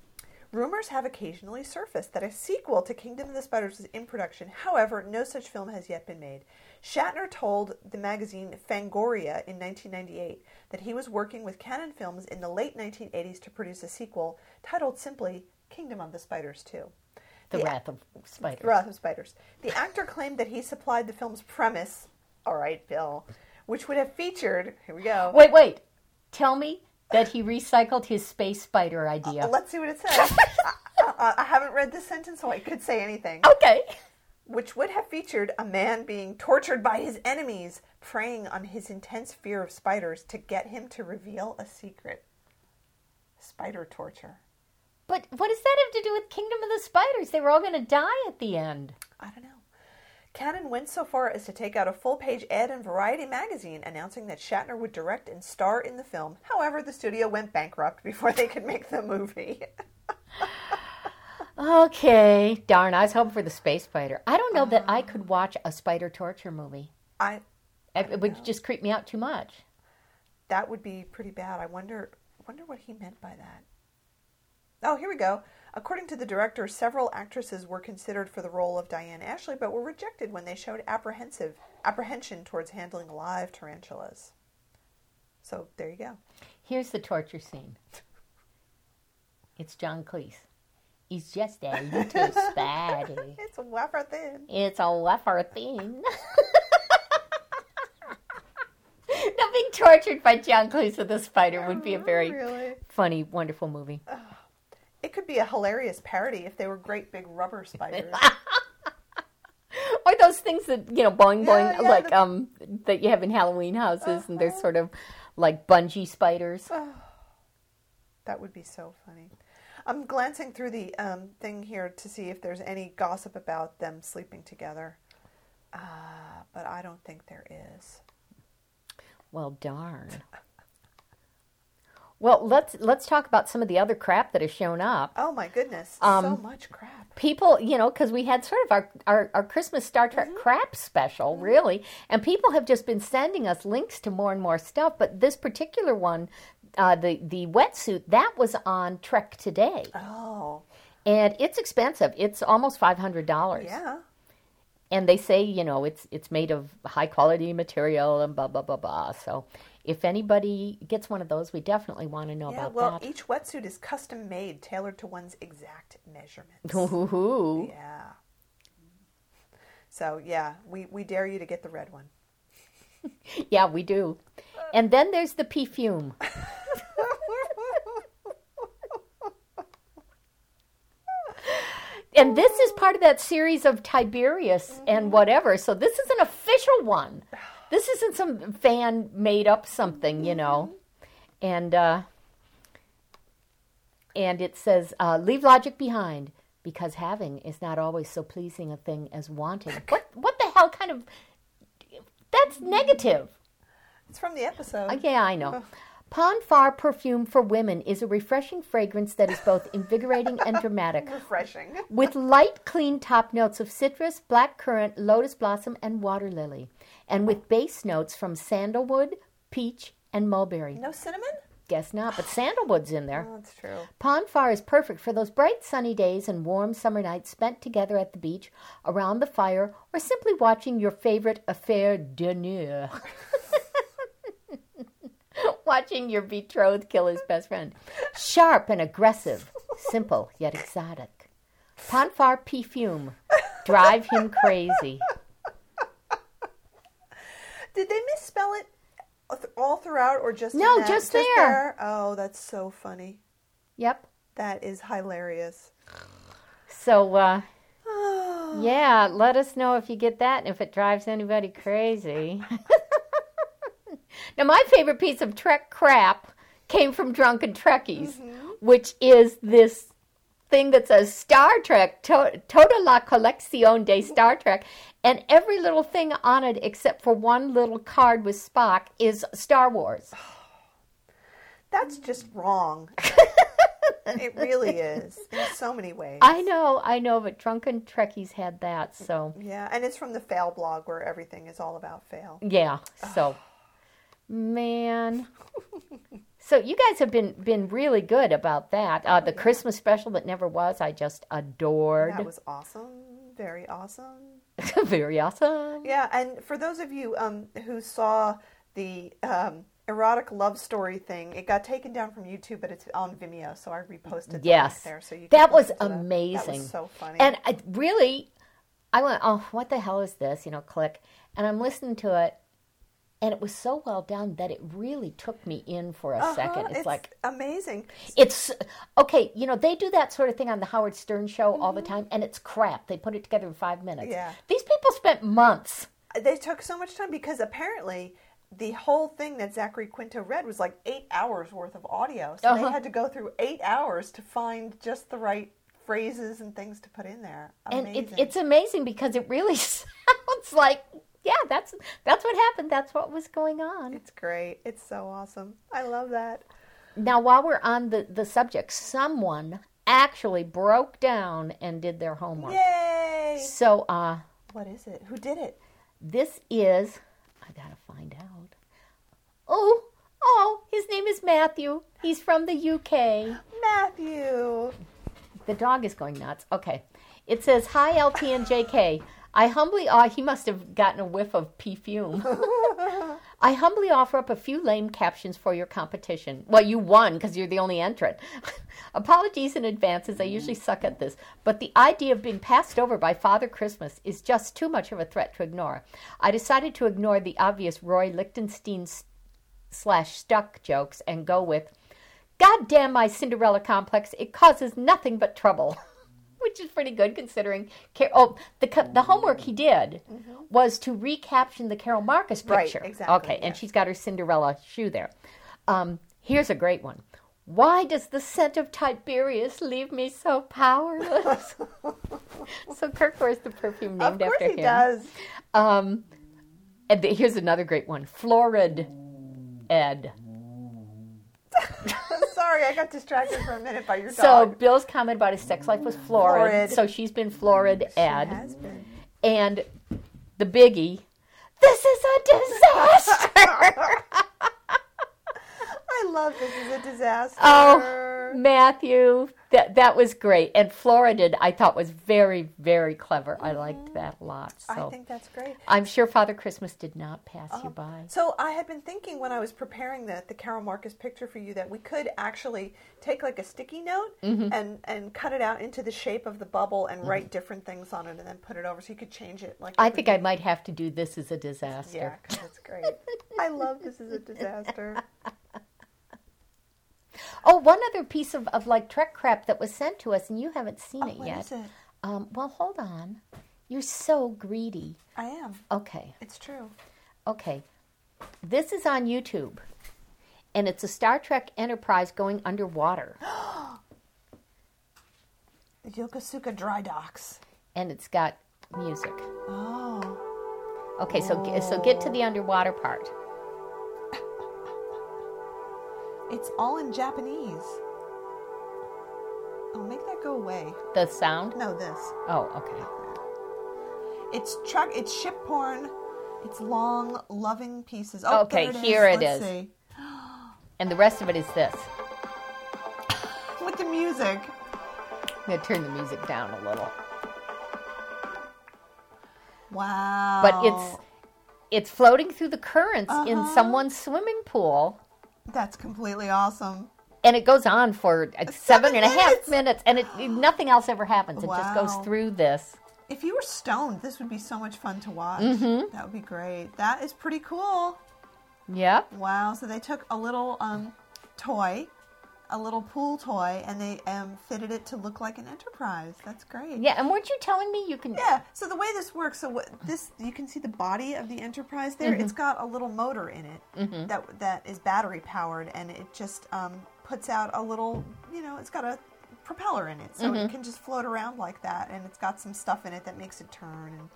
Rumors have occasionally surfaced that a sequel to Kingdom of the Spiders is in production. However, no such film has yet been made. Shatner told the magazine Fangoria in 1998 that he was working with Canon Films in the late 1980s to produce a sequel titled simply Kingdom of the Spiders 2.
The
The-
Wrath of Spiders.
Wrath of Spiders. The actor claimed that he supplied the film's premise, all right, Bill, which would have featured, here we go.
Wait, wait. Tell me that he recycled his space spider idea.
Let's see what it says. I, I, I haven't read this sentence, so I could say anything.
okay.
Which would have featured a man being tortured by his enemies, preying on his intense fear of spiders to get him to reveal a secret. Spider torture.
But what does that have to do with Kingdom of the Spiders? They were all going to die at the end.
I don't know. Cannon went so far as to take out a full page ad in Variety magazine announcing that Shatner would direct and star in the film. However, the studio went bankrupt before they could make the movie.
Okay, darn. I was hoping for the space spider. I don't know that I could watch a spider torture movie.
I
It it would just creep me out too much.
that would be pretty bad. I wonder wonder what he meant by that. Oh, here we go. According to the director, several actresses were considered for the role of Diane Ashley but were rejected when they showed apprehensive apprehension towards handling live tarantulas. So, there you go.
Here's the torture scene. It's John Cleese. He's just a little spider.
It's a whopper thin.
It's a wafer thing. now, being tortured by John Cleese with a spider would be a very
Oh, Really?
funny, wonderful movie.
It could be a hilarious parody if they were great big rubber spiders.
Or those things that you know, boing boing,
yeah,
like
the- Uh-huh.
um, that you have in Halloween houses, and they're sort of like bungee spiders.
that would be so funny. I'm glancing through the um, thing here to see if there's any gossip about them sleeping together, uh, but I don't think there is.
Well, darn. Well, let's let's talk about some of the other crap that has shown up.
Oh my goodness, so
Um,
much crap.
people, you know, because we had sort of our, our, our Christmas Star Trek
Mm-hmm.
crap special, really, and people have just been sending us links to more and more stuff. But this particular one, uh, the the wetsuit that was on Trek Today,
Oh,
and it's expensive. It's almost five hundred dollars,
yeah.
and they say you know it's it's made of high quality material and blah blah blah blah. So. If anybody gets one of those, we definitely want to know
Yeah,
about
well,
that.
each wetsuit is custom made, tailored to one's exact measurements.
Ooh.
yeah. So, yeah, we, we dare you to get the red one.
Yeah, we do. And then there's the pea fume. and this is part of that series of Tiberius and whatever. So this is an official one. This isn't some fan made up something, you know. And uh and it says, uh, leave logic behind because having is not always so pleasing a thing as wanting. What what the hell kind of that's negative.
It's from the episode.
Uh, Yeah, I know. Ponfar perfume for women is a refreshing fragrance that is both invigorating and dramatic,
Refreshing.
with light, clean top notes of citrus, black currant, lotus blossom, and water lily, and with base notes from sandalwood, peach, and mulberry.
No cinnamon?
Guess not, but sandalwood's in there.
That's true.
Pond Far is perfect for those bright sunny days and warm summer nights spent together at the beach, around the fire, or simply watching your favorite affair dinner. watching your betrothed kill his best friend. Sharp and aggressive, simple yet exotic. Pond Far perfume. Drive him crazy.
Did they misspell it th- all throughout, or just in
No,
that-
just there.
Oh, that's so funny.
Yep.
That is hilarious.
So, uh, yeah, let us know if you get that and if it drives anybody crazy. now, my favorite piece of Trek crap came from Drunken Trekkies, which is this thing that says Star Trek, to- Toda la Colección de Star Trek. And every little thing on it, except for one little card with Spock, is Star Wars.
That's just wrong. it really is in so many ways.
I know, I know, but Drunken Trekkies had that, so.
yeah, and it's from the fail blog where everything is all about fail.
Yeah. So, man. so you guys have been been really good about that. Uh, the Christmas special that never was, I just adored.
That was awesome. Very awesome.
Very awesome.
Yeah, and for those of you um, who saw the um, erotic love story thing, it got taken down from YouTube, but it's on Vimeo, so I reposted the link
Yes.
there. So you can
that was
listen to that.
amazing.
That was so funny.
And I really, I went, oh, what the hell is this? You know, click. And I'm listening to it. And it was so well done that it really took me in for a second.
Uh-huh,
It's, like,
amazing.
it's okay. You know, they do that sort of thing on the Howard Stern show all the time, and it's crap. They put it together in five minutes.
Mm-hmm. Yeah.
These people spent months.
They took so much time because apparently the whole thing that Zachary Quinto read was like eight hours worth of audio, so
Uh-huh.
they had to go through eight hours to find just the right phrases and things to put in there.
and
Amazing.
it, it's amazing because it really sounds like yeah that's that's what happened that's what was going on
it's great. It's so awesome. I love that.
now while we're on the the subject someone actually broke down and did their homework
Yay!
so uh
What is it? Who did it?
this is i gotta find out oh oh his name is matthew he's from the uk
Matthew.
The dog is going nuts. Okay. It says, Hi, LT and JK. I humbly, uh, he must have gotten a whiff of perfume. I humbly offer up a few lame captions for your competition. Well, you won because you're the only entrant. Apologies in advance, as I usually suck at this, but the idea of being passed over by Father Christmas is just too much of a threat to ignore. I decided to ignore the obvious Roy Lichtenstein s- slash stuck jokes and go with, God damn my Cinderella complex, it causes nothing but trouble. Which is pretty good considering. Car- oh, the co- the homework he did was to recaption the Carol Marcus
Mm-hmm. Right,
picture.
exactly,
Okay,
yeah.
and she's got her Cinderella shoe there. Um, here's a great one. Why does the scent of Tiberius leave me so powerless? so Kirk wears the perfume named
Of course
after
he
him.
does.
Um, and the- here's another great one. Florid Ed.
Sorry, I got distracted for a minute by your
So
dog.
Bill's comment about his sex life was florid.
Florid.
So she's been florid Ed.
Has been.
And the biggie, this is a disaster.
I love this is a disaster.
oh, Matthew, that that was great. And florid I thought was very very clever. I liked that a lot. So
Mm-hmm. I think that's great.
I'm sure Father Christmas did not pass you by.
So I had been thinking when I was preparing the, the Carol Marcus picture for you that we could actually take like a sticky note
Mm-hmm.
and, and cut it out into the shape of the bubble and write different things on it and then put it over so you could change it. Like
I
every
think I might have to do this as a disaster.
Yeah, 'cause it's great. I love this is a disaster.
Oh, one other piece of, of like Trek crap that was sent to us, and you haven't seen it
Oh, what
yet.
is it?
Um, well, hold on. You're so greedy.
I am.
Okay,
It's true.
okay. This is on YouTube, and it's a Star Trek Enterprise going underwater,
Yokosuka Dry Docks.
and it's got music.
Oh.
Okay, so ge- so get to the underwater part.
It's all in Japanese. Oh, make that go away.
The sound.
No, this.
Oh, okay.
It's truck. It's ship porn. It's long, loving pieces. Oh,
Okay,
there it is.
here it
Let's
is.
see.
and the rest of it is this.
With the music.
I'm going to turn the music down a little.
Wow.
But it's it's floating through the currents in
Uh-huh.
someone's swimming pool
That's completely awesome.
and it goes on for uh, seven
Seven
and a half
minutes.
minutes and it nothing else ever happens. It just
Wow.
goes through this.
If you were stoned, this would be so much fun to watch.
Mm-hmm.
That would be great. That is pretty cool.
Yep.
Wow. So they took a little um, toy, a little pool toy, and they um, fitted it to look like an Enterprise. That's great.
Yeah, and weren't you telling me you can
Yeah. So the way this works, so what, this you can see the body of the Enterprise there. It's got a little motor in it that that is battery powered, and it just um, puts out a little. You know, it's got a propeller in it, so it can just float around like that, and it's got some stuff in it that makes it turn and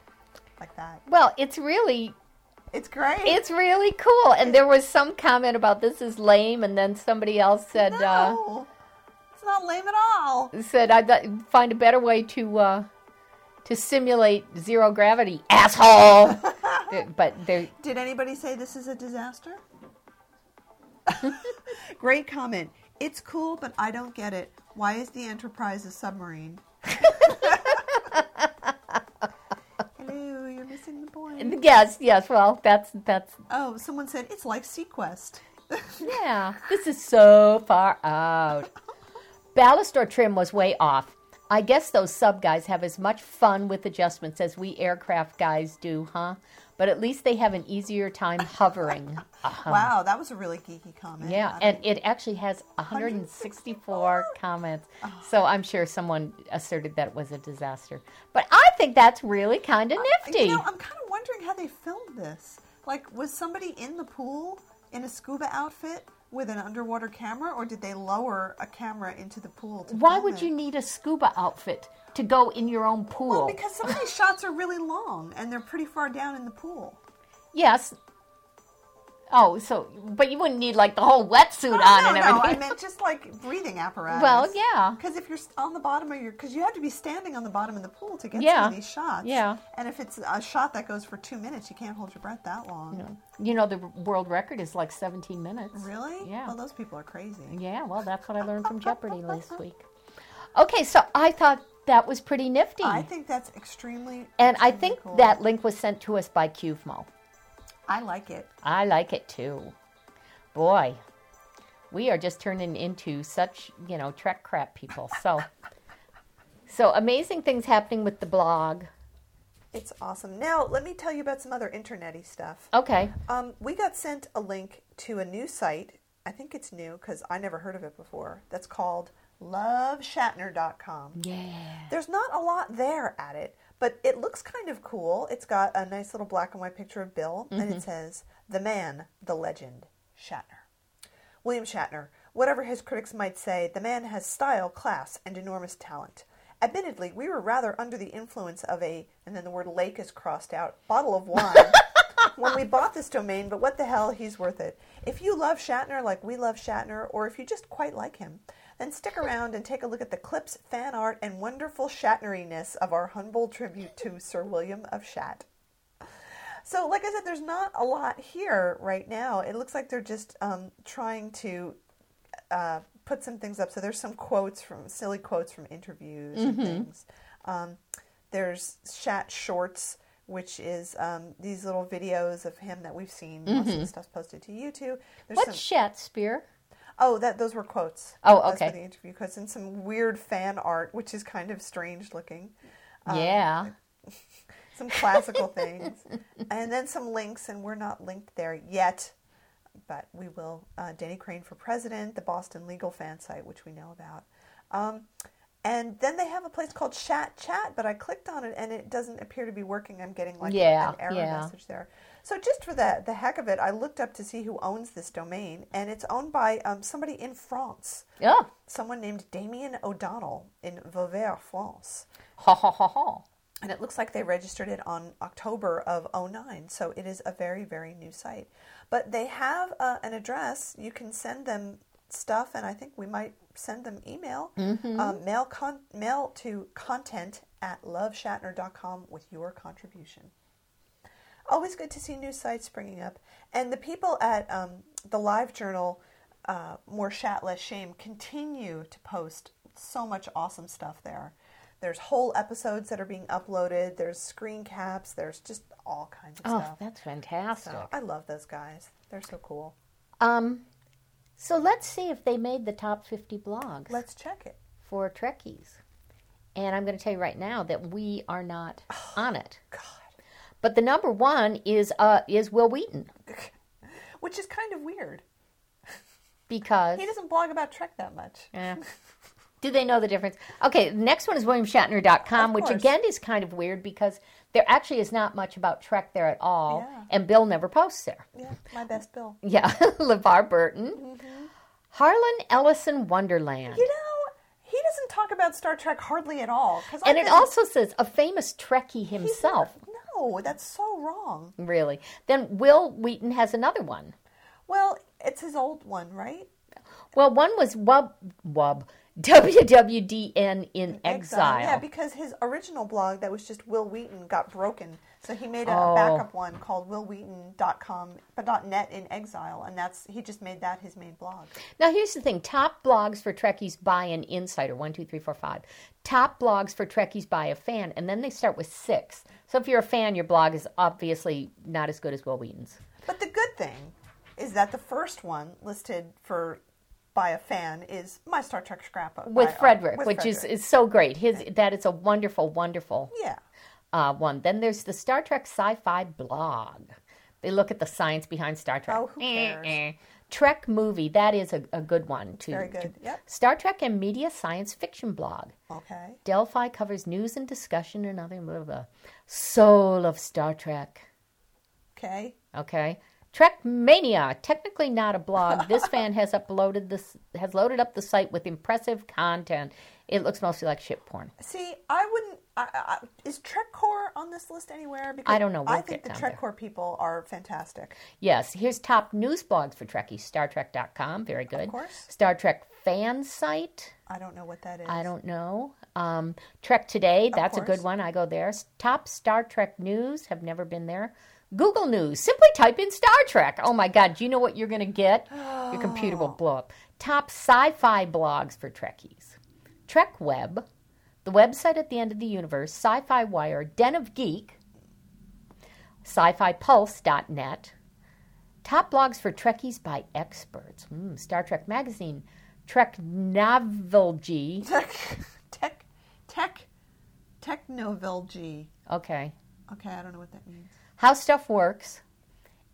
like that.
Well, it's really
It's great.
it's really cool. And there was some comment about this is lame and then somebody else said uh
no, it's not lame at all.
said I would find a better way to uh, to simulate zero gravity, asshole. Th- but they
Did anybody say this is a disaster? Great comment. It's cool, but I don't get it. Why is the Enterprise a submarine? Hello, you're missing the point.
yes, yes. Well, that's that's
Oh, someone said it's like Sequest.
yeah. This is so far out. Ballast or trim was way off. I guess those sub guys have as much fun with adjustments as we aircraft guys do, huh? But at least they have an easier time hovering. Uh-huh.
wow, that was a really geeky comment. Uh,
Yeah,
I
and
mean,
it actually has 164 comments.
Oh.
So I'm sure someone asserted that was a disaster. But I think that's really kind of nifty.
Uh, you know, I'm kind of wondering how they filmed this. Like, was somebody in the pool in a scuba outfit with an underwater camera, or did they lower a camera into the pool? To
Why
film
would
it?
you need a scuba outfit to go in your own pool?
Well, because some of these shots are really long and they're pretty far down in the pool.
yes. Oh, so but you wouldn't need like the whole wetsuit on
Oh, no,
and
no,
everything.
I meant just like breathing apparatus.
Well, yeah.
Because if you're st- on the bottom of your, because you have to be standing on the bottom of the pool to get
Yeah.
some of these shots.
Yeah.
And if it's a shot that goes for two minutes, you can't hold your breath that long.
you know the world record is like 17 minutes.
Really?
Yeah.
Well, those people are crazy.
Yeah, well, that's what I learned from Jeopardy last week. Okay, so I thought that was pretty nifty.
I think that's extremely.
And I
extremely
think
cool.
that link was sent to us by QFMO.
I like it.
I like it too. Boy, we are just turning into such, you know, Trek crap people. So, so amazing things happening with the blog.
It's awesome. Now, let me tell you about some other internety stuff.
Okay.
Um, we got sent a link to a new site. I think it's new because I never heard of it before. That's called loveshatner.com.
Yeah.
There's not a lot there at it, but it looks kind of cool. It's got a nice little black and white picture of Bill, and it says, The man, the legend, Shatner. William Shatner, whatever his critics might say, the man has style, class, and enormous talent. Admittedly, we were rather under the influence of a, and then the word lake is crossed out, bottle of wine when we bought this domain, but what the hell, he's worth it. If you love Shatner like we love Shatner, or if you just quite like him, then stick around and take a look at the clips, fan art, and wonderful Shatneriness of our humble tribute to Sir William of Shat. So, like I said, there's not a lot here right now. It looks like they're just um, trying to uh, put some things up. So there's some quotes from silly quotes from interviews
Mm-hmm.
and things. Um, there's Shat Shorts, which is um, these little videos of him that we've seen. Most
Mm-hmm.
of the stuff's posted to YouTube. There's
What's
some,
Shakespeare?
oh, that those were quotes.
Oh,
Those were
okay.
the interview quotes and some weird fan art, which is kind of strange looking.
Um, yeah.
Some classical things, and then some links, and we're not linked there yet. But we will. Uh, Danny Crane for president, the Boston Legal fan site, which we know about. Um, and then they have a place called Chat Chat, but I clicked on it and it doesn't appear to be working. I'm getting like
Yeah,
an error
yeah.
message there. So just for the the heck of it, I looked up to see who owns this domain, and it's owned by um, somebody in France,
Oh.
someone named Damien O'Donnell in Vauvert, France.
Ha ha ha ha.
And it looks like they registered it on October of 09, so it is a very, very new site. But they have uh, an address. You can send them stuff, and I think we might send them email. Um, mail, con- mail to content at loveshatner.com with your contribution. Always good to see new sites springing up. And the people at um, the Live Journal uh, More Shat Less Shame continue to post so much awesome stuff there. There's whole episodes that are being uploaded, there's screen caps, there's just all kinds of
Oh,
stuff.
that's fantastic.
So I love those guys. They're so cool.
Um, so let's see if they made the top 50 blogs
Let's check it.
for Trekkies. And I'm going to tell you right now that we are not on it. But the number one is uh, is Will Wheaton
Which is kind of weird.
because
He doesn't blog about Trek that much.
Eh. Do they know the difference? Okay, the next one is WilliamShatner.com,
Of
which
course.
again is kind of weird because there actually is not much about Trek there at all,
Yeah.
and Bill never posts there.
Yeah, my best Bill.
Yeah, LeVar Burton. Harlan Ellison Wonderland.
Mm-hmm. You know, he doesn't talk about Star Trek hardly at all. 'cause
and
I
it
think
also says a famous Trekkie
he's
himself,
not- No, that's so wrong.
really. Then Will Wheaton has another one.
Well, it's his old one, right?
Well, one was Wub, Wub, WWDN in Exile.
Yeah, because his original blog that was just Will Wheaton got broken. So he made a,
Oh.
a backup one called willwheaton.com, but .net in exile, and that's he just made that his main blog.
Now, here's the thing top blogs for Trekkies by an insider one, two, three, four, five. Top blogs for Trekkies by a fan, and then they start with six. So if you're a fan, your blog is obviously not as good as Will Wheaton's.
But the good thing is that the first one listed for by a fan is my Star Trek scrapbook
With
by-
Frederick,
with
which Is,
Frederick.
is so great. His That is a wonderful, wonderful
yeah.
uh, one. Then there's the Star Trek Sci Fi blog. They look at the science behind Star Trek. Eh,
Oh, who cares?
Trek movie, that is a, a good one too.
Very good. Yep.
Star Trek and Media Science Fiction blog.
Okay.
Delphi covers news and discussion and other blah, blah, blah. Soul of Star Trek.
Okay.
Okay. Trek Mania, technically not a blog. This fan has uploaded this has loaded up the site with impressive content. It looks mostly like shit porn.
See, I wouldn't. I, I, is TrekCore on this list anywhere? Because
I don't know. We'll
I think
get
the
down there.
TrekCore people are fantastic.
Yes, here's top news blogs for Trekkies. Star Trek.com, very good.
course.
Star Trek fan site.
I don't know what that is.
I don't know. Um, Trek Today, that's a
course.
good one. I go there. S- Top Star Trek news, have never been there. Google News, simply type in Star Trek. Oh my God, do you know what you're going to get? Your computer will blow up. Top sci fi blogs for Trekkies Trek Web, The Website at the End of the Universe, Sci Fi Wire, Den of Geek, sci fi pulse.net. Top blogs for Trekkies by experts. Mm, Star Trek Magazine, Trek Novelgy.
Tech, tech, tech, technovilgy.
Okay.
Okay, I don't know what that means.
How Stuff Works,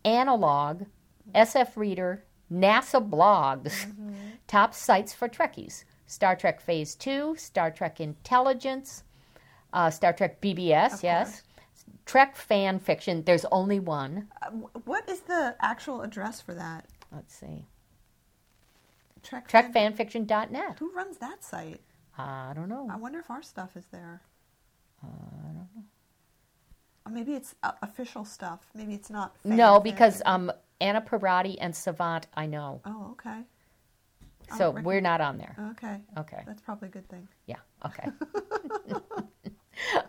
Analog, SF Reader, NASA Blogs, top sites for Trekkies Star Trek Phase 2, Star Trek Intelligence, uh, Star Trek BBS, yes. Trek Fan Fiction, there's only one.
Uh, wh- what is the actual address for that?
Let's see.
Trek. fan-
TrekFanfiction.net.
Who runs that site?
I don't know.
I wonder if our stuff is there.
Uh,
I don't know. Maybe it's uh, official stuff. Maybe it's not. fan
No,
fic.
because um, Anna Parati and Savant, I know.
Oh, okay.
So
reckon-
we're not on there.
Okay.
Okay.
That's probably a good thing.
Yeah. Okay.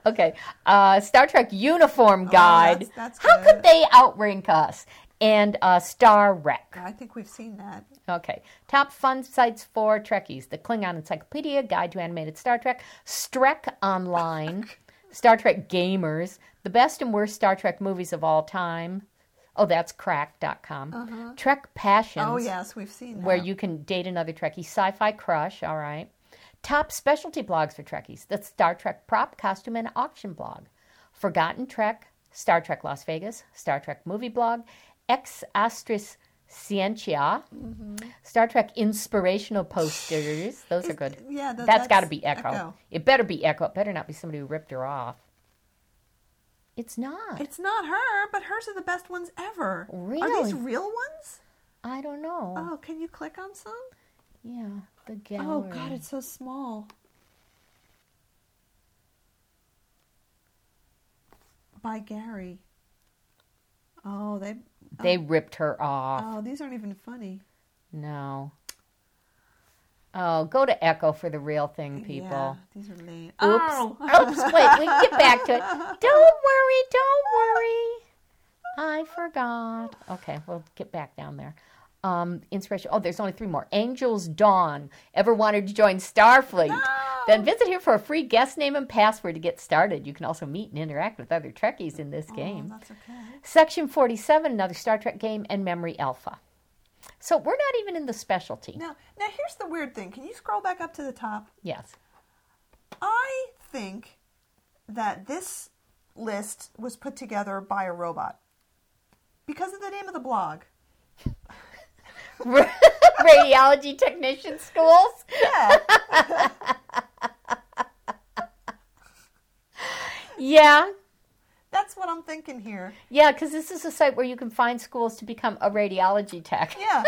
okay. Uh, Star Trek uniform guide.
Oh, that's- that's
How could
good.
they outrank us? And uh, Star Wreck.
I think we've seen that.
Okay. Top fun sites for Trekkies: The Klingon Encyclopedia, Guide to Animated Star Trek, Strek Online, Star Trek Gamers, the best and worst Star Trek movies of all time. Oh, that's crack.com. Trek Passions
Uh-huh. Oh yes, we've seen that.
where you can date another Trekkie. Sci fi crush, all right. Top specialty blogs for Trekkies the Star Trek prop, costume, and auction blog, Forgotten Trek, Star Trek Las Vegas, Star Trek movie blog, Ex Astris Scientia,
Mm-hmm.
Star Trek inspirational posters. Those are good.
yeah, tha-
that's got to
that's
be Echo.
Echo.
It better be Echo. It better not be somebody who ripped her off. It's not.
It's not her, but hers are the best ones ever. Are
Really?
these real ones?
I don't know.
Oh, can you click on some?
yeah, the gallery.
Oh god, it's so small. By Gary. Oh, they
they ripped her off.
Oh, these aren't even funny.
No. Oh, go to Echo for the real thing,
Yeah,
people.
these are lame. Oh, Oops.
Oops. Oops. Wait, we can get back to it. Don't worry. Don't worry. I forgot. Okay, we'll get back down there. um, inspiration. Oh, there's only three more. Angel's Dawn. Ever wanted to join Starfleet? Then visit here for a free guest name and password to get started. You can also meet and interact with other Trekkies in this game.
That's okay.
Section 47, another Star Trek game, and Memory Alpha. So we're not even in the specialty.
Now, now here's the weird thing. Can you scroll back up to the top?
Yes.
I think that this list was put together by a robot because of the name of the blog.
Radiology technician schools.
Yeah.
Yeah.
That's what I'm thinking here.
Yeah, because this is a site where you can find schools to become a radiology tech.
Yeah.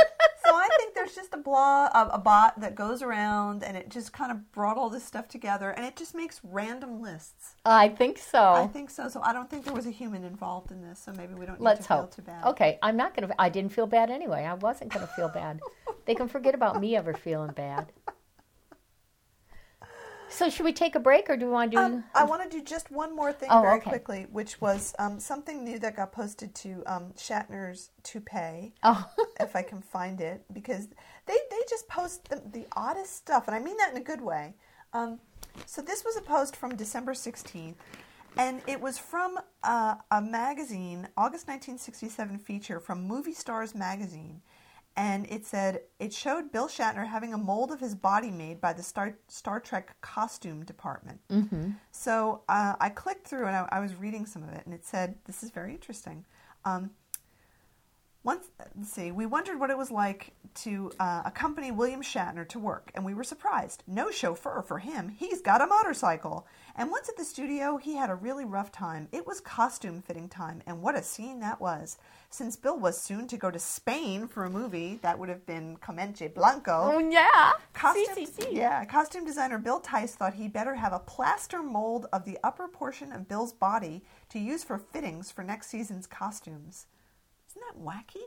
So I think there's just a blog, a, a bot that goes around, and it just kind of brought all this stuff together, and it just makes random lists.
I think so.
I think so. So I don't think there was a human involved in this, so maybe we don't need
Let's
to
hope.
feel too bad.
Okay, I'm not gonna. I didn't feel bad anyway. I wasn't gonna feel bad. they can forget about me ever feeling bad. So should we take a break, or do we want to do?
Um, I want to do just one more thing
Oh,
very
okay.
quickly, which was um, something new that got posted to um, Shatner's toupee,
oh,
if I can find it, because they, they just post the, the oddest stuff, and I mean that in a good way. Um, so this was a post from December 16th, and it was from uh, a magazine, August 1967 feature from Movie Stars magazine. And it said it showed Bill Shatner having a mold of his body made by the Star, Star Trek costume department. So uh, I clicked through and I, I was reading some of it, and it said, "This is very interesting." Um, once, let's see, we wondered what it was like to uh, accompany William Shatner to work, and we were surprised. No chauffeur for him. He's got a motorcycle. And once at the studio, he had a really rough time. It was costume fitting time, and what a scene that was. Since Bill was soon to go to Spain for a movie, that would have been Comanche Blanco.
Oh, yeah.
Costume,
Si, si, si.
Yeah, costume designer Bill Tice thought he'd better have a plaster mold of the upper portion of Bill's body to use for fittings for next season's costumes. Isn't that wacky?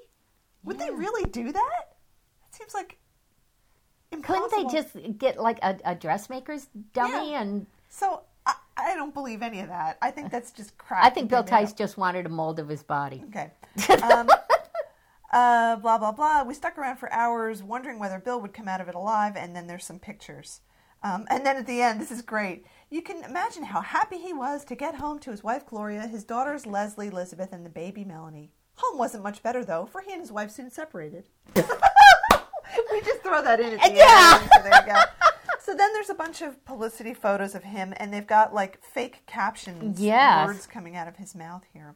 Would they really do that? It seems like impossible.
Couldn't they just get like a, a dressmaker's dummy?
Yeah.
And
So I, I don't believe any of that. I think that's just crap.
I think
that
Bill
they made
Tice just wanted a mold of his body.
Okay. Um, uh, blah, blah, blah. We stuck around for hours wondering whether Bill would come out of it alive, and then there's some pictures. Um, and then at the end, this is great. You can imagine how happy he was to get home to his wife Gloria, his daughters Leslie, Elizabeth, and the baby Melanie. Home wasn't much better, though, for he and his wife soon separated. we just throw that in at the
Yeah.
end. So there you go. So then there's a bunch of publicity photos of him, and they've got like fake captions,
Yes.
words coming out of his mouth here.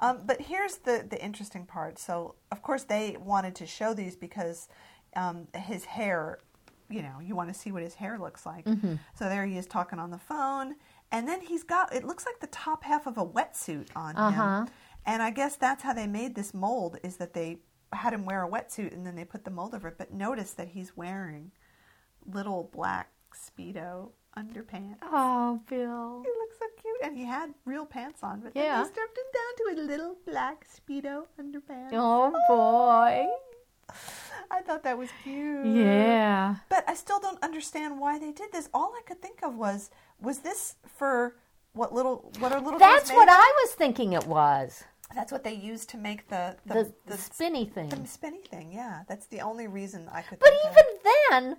Um, but here's the the interesting part. So of course they wanted to show these because um, his hair, you know, you want to see what his hair looks like. So there he is talking on the phone, and then he's got it looks like the top half of a wetsuit on him. And I guess that's how they made this mold is that they had him wear a wetsuit and then they put the mold over it. But notice that he's wearing little black speedo underpants.
Oh, Bill.
He looks so cute, and he had real pants on, but
Yeah.
then they stripped him down to a little black speedo underpants.
Oh boy.
I thought that was cute.
Yeah.
but I still don't understand why they did this. All I could think of was, was this for what little? What are little?
That's
things
what
made?
I was thinking it was.
That's what they used to make the
The,
the,
the spinny thing.
the spinny thing. Yeah, that's the only reason I could.
But
think of.
even then,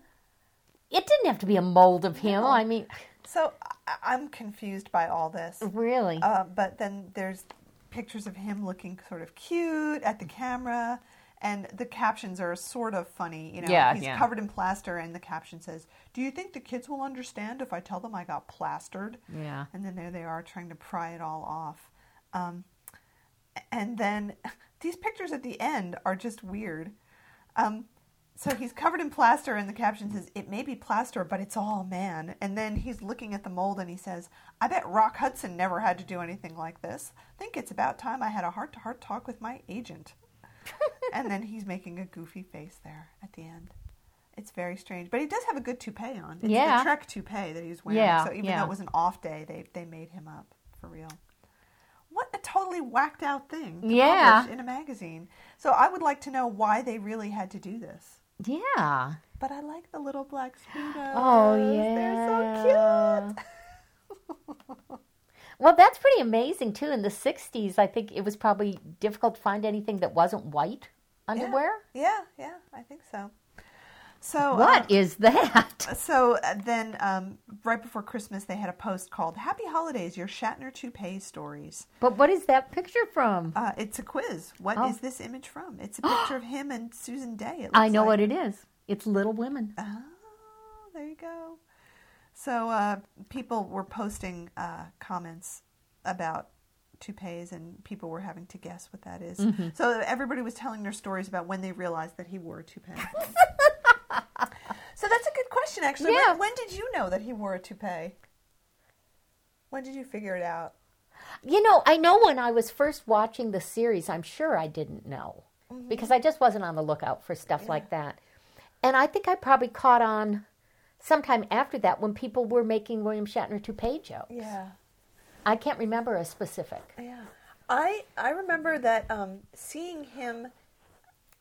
it didn't have to be a mold of him. I mean,
so, I, I'm confused by all this.
really.
Uh, but then there's pictures of him looking sort of cute at the camera, and the captions are sort of funny. You know,
Yeah,
he's
yeah.
covered in plaster, and the caption says, "Do you think the kids will understand if I tell them I got plastered?"
Yeah.
And then there they are trying to pry it all off. Um, and then these pictures at the end are just weird. Um, so he's covered in plaster, and the caption says, It may be plaster, but it's all man. And then he's looking at the mold and he says, I bet Rock Hudson never had to do anything like this. Think it's about time I had a heart to heart talk with my agent. and then he's making a goofy face there at the end. It's very strange. But he does have a good toupee on. It's
Yeah.
the Trek toupee that he's wearing.
Yeah,
so even
yeah.
though it was an off day, they, they made him up for real. What a totally whacked out thing to
Yeah.
publish in a magazine. So I would like to know why they really had to do this.
yeah.
But I like the little black speedos.
Oh,
They're so cute.
Well, that's pretty amazing, too. In the 60s, I think it was probably difficult to find anything that wasn't white, underwear?
Yeah, yeah, I think so. So uh,
What is that?
so uh, then, um, right before Christmas, they had a post called "Happy Holidays: Your Shatner toupee stories."
But what is that picture from?
Uh, it's a quiz. What is
Oh.
this image from? It's a picture of him and Susan Day. It looks
I know
like.
what it is. It's Little Women.
Oh, there you go. So uh, people were posting uh, comments about toupees, and people were having to guess what that is. So everybody was telling their stories about when they realized that he wore a toupee. so that's a good question, actually.
Yeah.
When, when did you know that he wore a toupee? When did you figure it out?
You know, I know when I was first watching the series, I'm sure I didn't know
Mm-hmm.
because I just wasn't on the lookout for stuff like that. And I think I probably caught on sometime after that when people were making William Shatner toupee jokes.
Yeah.
I can't remember a specific.
Yeah, I I remember that um, seeing him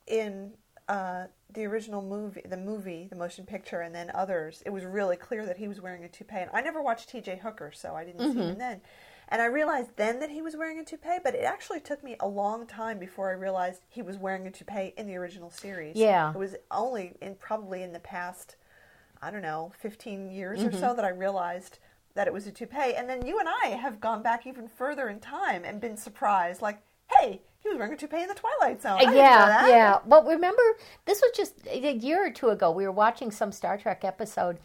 in uh, the original movie, the movie, the motion picture, and then others. It was really clear that he was wearing a toupee, and I never watched T.J. Hooker, so I didn't
Mm-hmm.
see him then. And I realized then that he was wearing a toupee, but it actually took me a long time before I realized he was wearing a toupee in the original series.
Yeah.
it was only in probably in the past, I don't know, fifteen years or
Mm-hmm.
so that I realized that it was a toupee. And then you and I have gone back even further in time and been surprised, like, hey, he was wearing a toupee in the Twilight Zone. Oh, I didn't know
yeah,
that.
yeah. Well, remember, this was just a year or two ago. We were watching some Star Trek episode,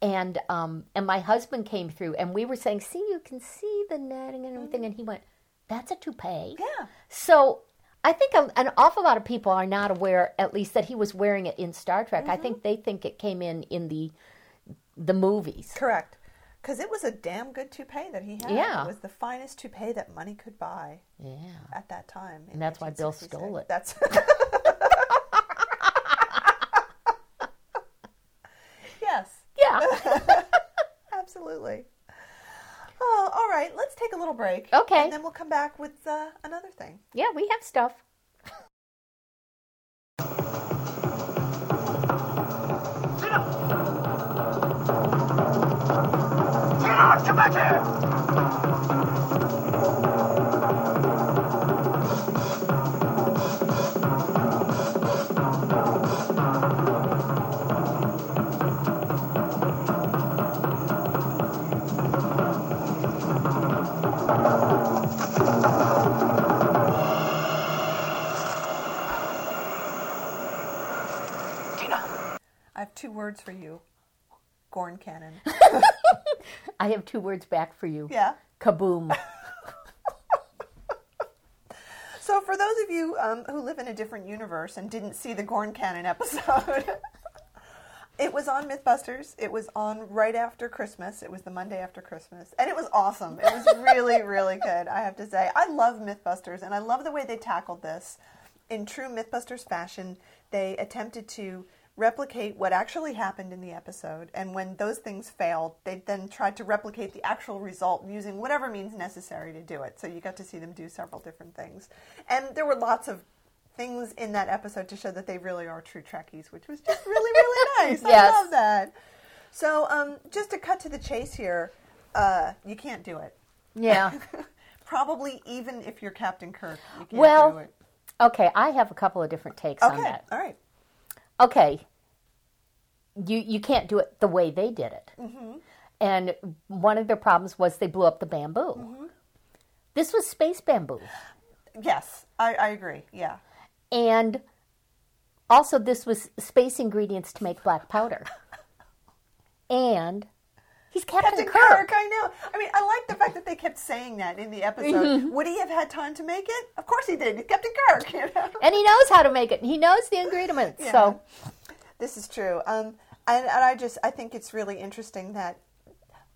and um, and my husband came through, and we were saying, "See, you can see the netting and everything," and he went, "That's a toupee."
Mm-hmm. Yeah.
So I think a, an awful lot of people are not aware, at least, that he was wearing it in Star Trek. I
Mm-hmm.
think they think it came in in the the movies.
Correct. Because it was a damn good toupee that he had.
Yeah.
It was the finest toupee that money could buy
Yeah.
at that time. in
And that's why Bill
1966.
stole it.
That's. yes,
Yeah.
absolutely. Oh, all right. Let's take a little break.
Okay.
And then we'll come back with uh, another thing.
yeah, we have stuff.
Get out! Come back here!
I have two words for you Gorn Cannon.
I have two words back for you.
yeah.
Kaboom.
So, for those of you um, who live in a different universe and didn't see the Gorn Cannon episode, it was on Mythbusters. It was on right after Christmas. It was the Monday after Christmas. And it was awesome. It was really, really good, I have to say. I love Mythbusters, and I love the way they tackled this. In true Mythbusters fashion, they attempted to replicate what actually happened in the episode. And when those things failed, they then tried to replicate the actual result using whatever means necessary to do it. So you got to see them do several different things. And there were lots of things in that episode to show that they really are true Trekkies, which was just really, really nice.
Yes.
I love that. So, um, just to cut to the chase here, uh, you can't do it.
Yeah.
Probably even if you're Captain Kirk, you can't do
Well,
it.
okay, I have a couple of different takes on
Okay,
that.
all right.
Okay, you you can't do it the way they did it,
Mm-hmm.
and one of their problems was they blew up the bamboo.
Mm-hmm.
This was space bamboo,
Yes, I, I agree. Yeah.
and also this was space ingredients to make black powder, and he's Captain,
Captain
Kirk.
Kirk, I know. I mean, I like the fact that they kept saying that in the episode. Would he have had time to make it? Of course he did. He's Captain Kirk, you know?
and he knows how to make it. He knows the ingredients, so
This is true. Um, and, and I just I think it's really interesting that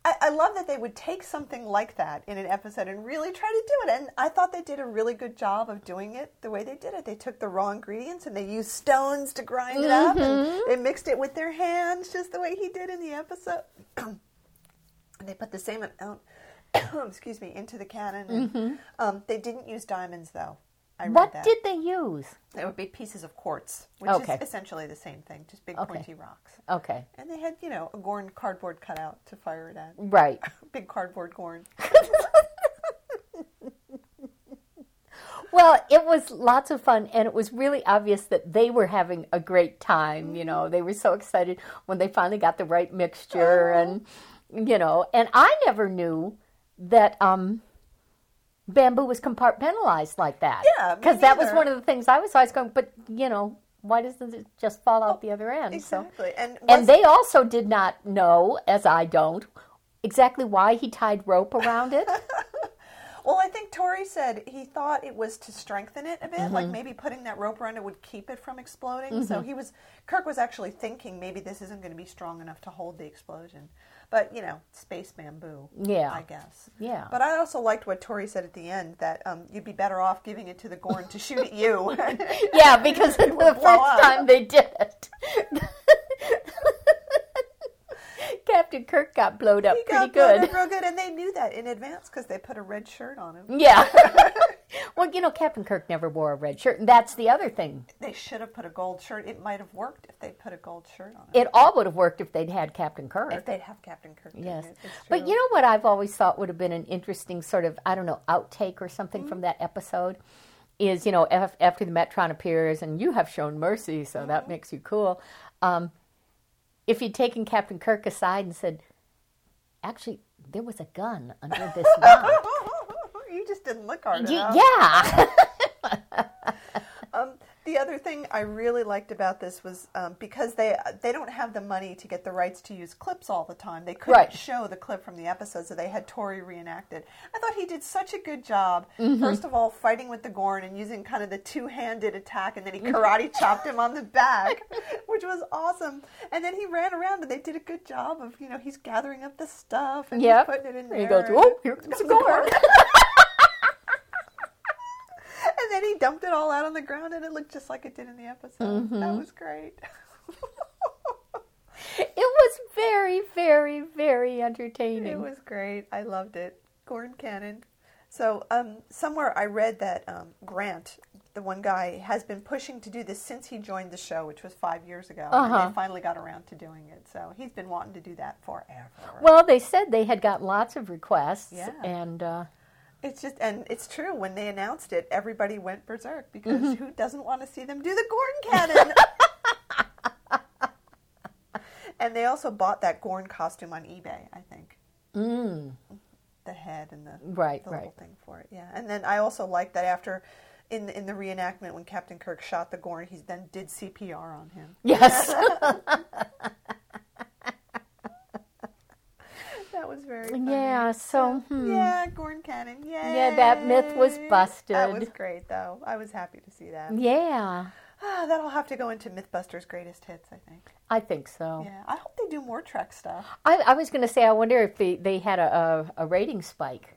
I, I love that they would take something like that in an episode and really try to do it. And I thought they did a really good job of doing it the way they did it. They took the raw ingredients and they used stones to grind it up and they mixed it with their hands just the way he did in the episode. and they put the same amount, excuse me, into the cannon. And, um, they didn't use diamonds though. I read
what
that.
did they use?
They were big pieces of quartz, which
Okay.
is essentially the same thing, just big
Okay.
pointy rocks.
Okay,
And they had, you know, a Gorn cardboard cutout to fire it at.
right.
big cardboard Gorn.
Well, it was lots of fun, and it was really obvious that they were having a great time. You know, they were so excited when they finally got the right mixture, and you know, and I never knew that um, bamboo was compartmentalized like that.
Yeah, me
because that was
neither.
one of the things I was always going. But you know, why doesn't it just fall out the other end? So
Oh, Exactly. And,
and
was-
they also did not know, as I don't, exactly why he tied rope around it.
well, I think Tori said he thought it was to strengthen it a bit,
Mm-hmm.
like maybe putting that rope around it would keep it from exploding. So he was Kirk was actually thinking maybe this isn't going to be strong enough to hold the explosion. But you know, space bamboo.
Yeah.
I guess.
Yeah.
But I also liked what Tori said at the end that um, you'd be better off giving it to the Gorn to shoot at you.
yeah, because the
would
first
blow up.
time they did it. Captain Kirk got blowed up
He
pretty
got blown
good.
up real good, and they knew that in advance because they put a red shirt on him.
Yeah. well, you know, Captain Kirk never wore a red shirt, and that's the other thing.
They should have put a gold shirt. It might have worked if they put a gold shirt on him.
It all would have worked if they'd had Captain Kirk.
If they'd have Captain Kirk. doing
Yes.
it, it's
But
true.
you know what I've always thought would have been an interesting sort of, I don't know, outtake or something from
Mm-hmm.
that episode is, you know, af- after the Metron appears and you have shown mercy, so
Mm-hmm.
that makes you cool. Um, if you'd taken Captain Kirk aside and said, actually, there was a gun under this rock.
you just didn't look hard
You-
enough.
yeah.
The other thing I really liked about this was um, because they they don't have the money to get the rights to use clips all the time. They couldn't
Right.
show the clip from the episode, so they had Tori reenacted. I thought he did such a good job.
Mm-hmm.
First of all, fighting with the Gorn and using kind of the two handed attack, and then he
Mm-hmm.
karate chopped him on the back, which was awesome. And then he ran around, and they did a good job of you know he's gathering up the stuff and he's
Yep.
putting it in
And
there.
he goes,
and-
oh, here comes a gore.
And then he dumped it all out on the ground, and it looked just like it did in the episode.
Mm-hmm.
That was great.
It was very, very, very entertaining.
It was great. I loved it. Gorn Cannon. So, um, somewhere I read that um, Grant, the one guy, has been pushing to do this since he joined the show, which was five years ago. And they finally got around to doing it. So, he's been wanting to do that forever.
well, they said they had got lots of requests,
Yeah.
and uh,
It's just, and it's true. When they announced it, everybody went berserk because
Mm-hmm.
who doesn't want to see them do the Gorn cannon? and they also bought that Gorn costume on eBay, I think. Mm. The head and the
Right,
the
right.
little thing for it. Yeah, and then I also liked that after. In the, in the reenactment, when Captain Kirk shot the Gorn, he then did CPR on him.
yes.
That was very funny.
yeah, so. hmm.
yeah, Gorn cannon. Yay!
Yeah, that myth was
That was
busted.
great, though. I was happy to see that.
hmm, Yeah,
Ah, that'll have to go into MythBusters Greatest Hits, I think.
I think so.
Yeah, I hope they do more Trek stuff.
I, I was going to say, I wonder if they, they had a, a, a rating spike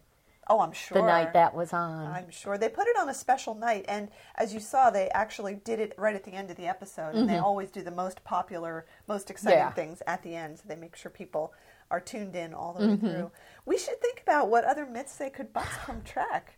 Oh, I'm sure.
the night that was on.
I'm sure they put it on a special night, and as you saw, they actually did it right at the end of the episode. And they always do the most popular, most exciting
Mm-hmm. Yeah.
things at the end, so they make sure people are tuned in all the way
Mm-hmm.
through. We should think about what other myths they could bust from Trek.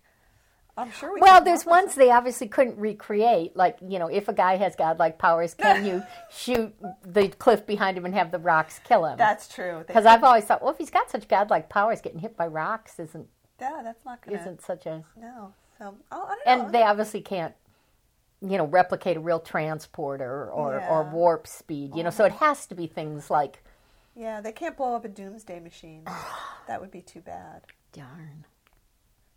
I'm sure we.
well,
could
there's
come up
ones they obviously couldn't recreate. Like, you know, if a guy has godlike powers, can you shoot the cliff behind him and have the rocks kill him?
with- That's true. They
Because I've always thought, well, if he's got such godlike powers, getting hit by rocks isn't
yeah, that's not gonna.
isn't such a.
No, so oh, I don't know.
And they obviously can't, you know, replicate a real transporter or, or
Yeah.
warp speed. You know, so it has to be things like,
yeah, they can't blow up a doomsday machine. that would be too bad.
darn.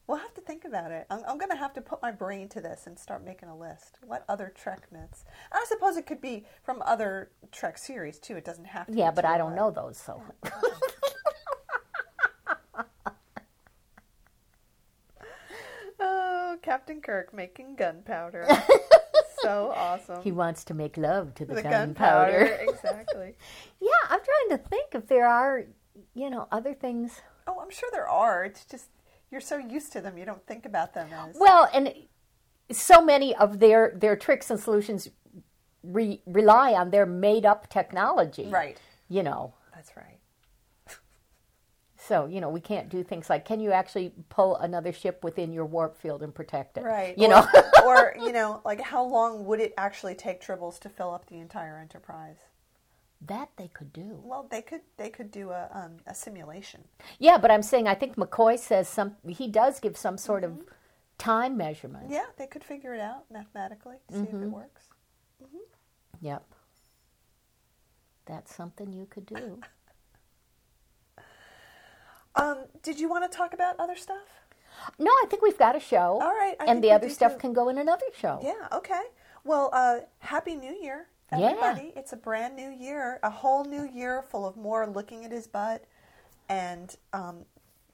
We'll have to think about it. I'm, I'm going to have to put my brain to this and start making a list. What other Trek myths? I suppose it could be from other Trek series too. It doesn't have to.
Yeah,
be
but
TNG.
I don't know those, so.
Oh, Captain Kirk making gunpowder. so awesome.
He wants to make love to the,
the
gunpowder.
gunpowder, exactly.
yeah, I'm trying to think if there are, you know, other things.
Oh, I'm sure there are. It's just you're so used to them, you don't think about them as.
Well, and so many of their their tricks and solutions re- rely on their made up technology.
Right.
You know.
That's right.
So, you know, we can't do things like can you actually pull another ship within your warp field and protect it?
Right.
You
or,
know.
or you know, like how long would it actually take Tribbles to fill up the entire Enterprise?
that they could do.
Well, they could they could do a um, a simulation.
Yeah, but I'm saying I think McCoy says some he does give some sort of
Mm-hmm.
time measurement.
Yeah, they could figure it out mathematically to see if it works.
Yep. That's something you could do.
Um, did you want to talk about other stuff?
No, I think we've got a show.
All right, I think
and the
we
other
do
stuff
too.
can go in another show.
Yeah, okay. Well, uh, Happy New Year,
Yeah.
everybody. It's a brand new year, a whole new year full of more looking at his butt and um,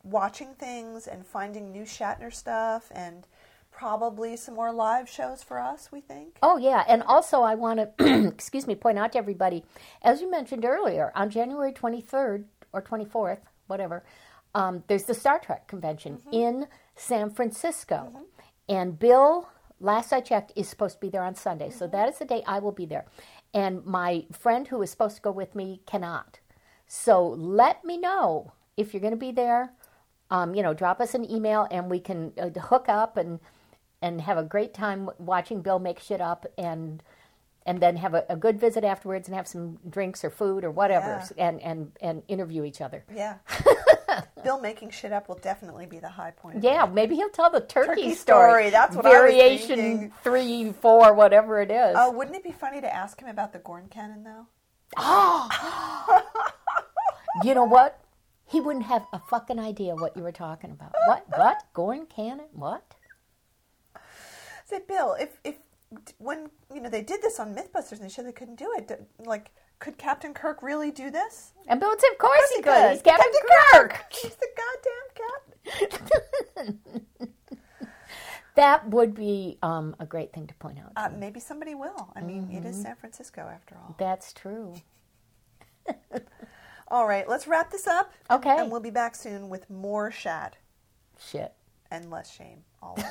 watching things and finding new Shatner stuff and probably some more live shows for us, we think.
Oh yeah, and also I want to excuse me point out to everybody, as you mentioned earlier, on January twenty third or twenty fourth, whatever, um, there's the Star Trek convention in San Francisco, and Bill, last I checked, is supposed to be there on Sunday, so that is the day I will be there, and my friend who is supposed to go with me cannot. So let me know if you're going to be there. Um, you know, drop us an email and we can uh, hook up and and have a great time w- watching Bill make shit up and and then have a, a good visit afterwards and have some drinks or food or whatever and, and and interview each other.
Yeah. Bill making shit up will definitely be the high point. of
Yeah, maybe he'll tell the turkey,
Turkey story, that's what I was
Variation
thinking.
three, four, whatever it is.
Oh, wouldn't it be funny to ask him about the Gorn cannon, though?
You know what? He wouldn't have a fucking idea what you were talking about. What? What? Gorn Cannon? What?
Say, Bill, if if when you know they did this on MythBusters and they said they couldn't do it, d- like could Captain Kirk really do this?
And Bill would say, "Of course, he could. He's
Captain
Captain
Kirk.
Kirk.
He's the goddamn captain.
That would be um, a great thing to point out.
Uh, maybe somebody will. I mean, it
Mm-hmm.
is San Francisco after all.
That's true.
All right, let's wrap this up.
Okay.
and we'll be back soon with more shat
Shit.
and less shame. Always.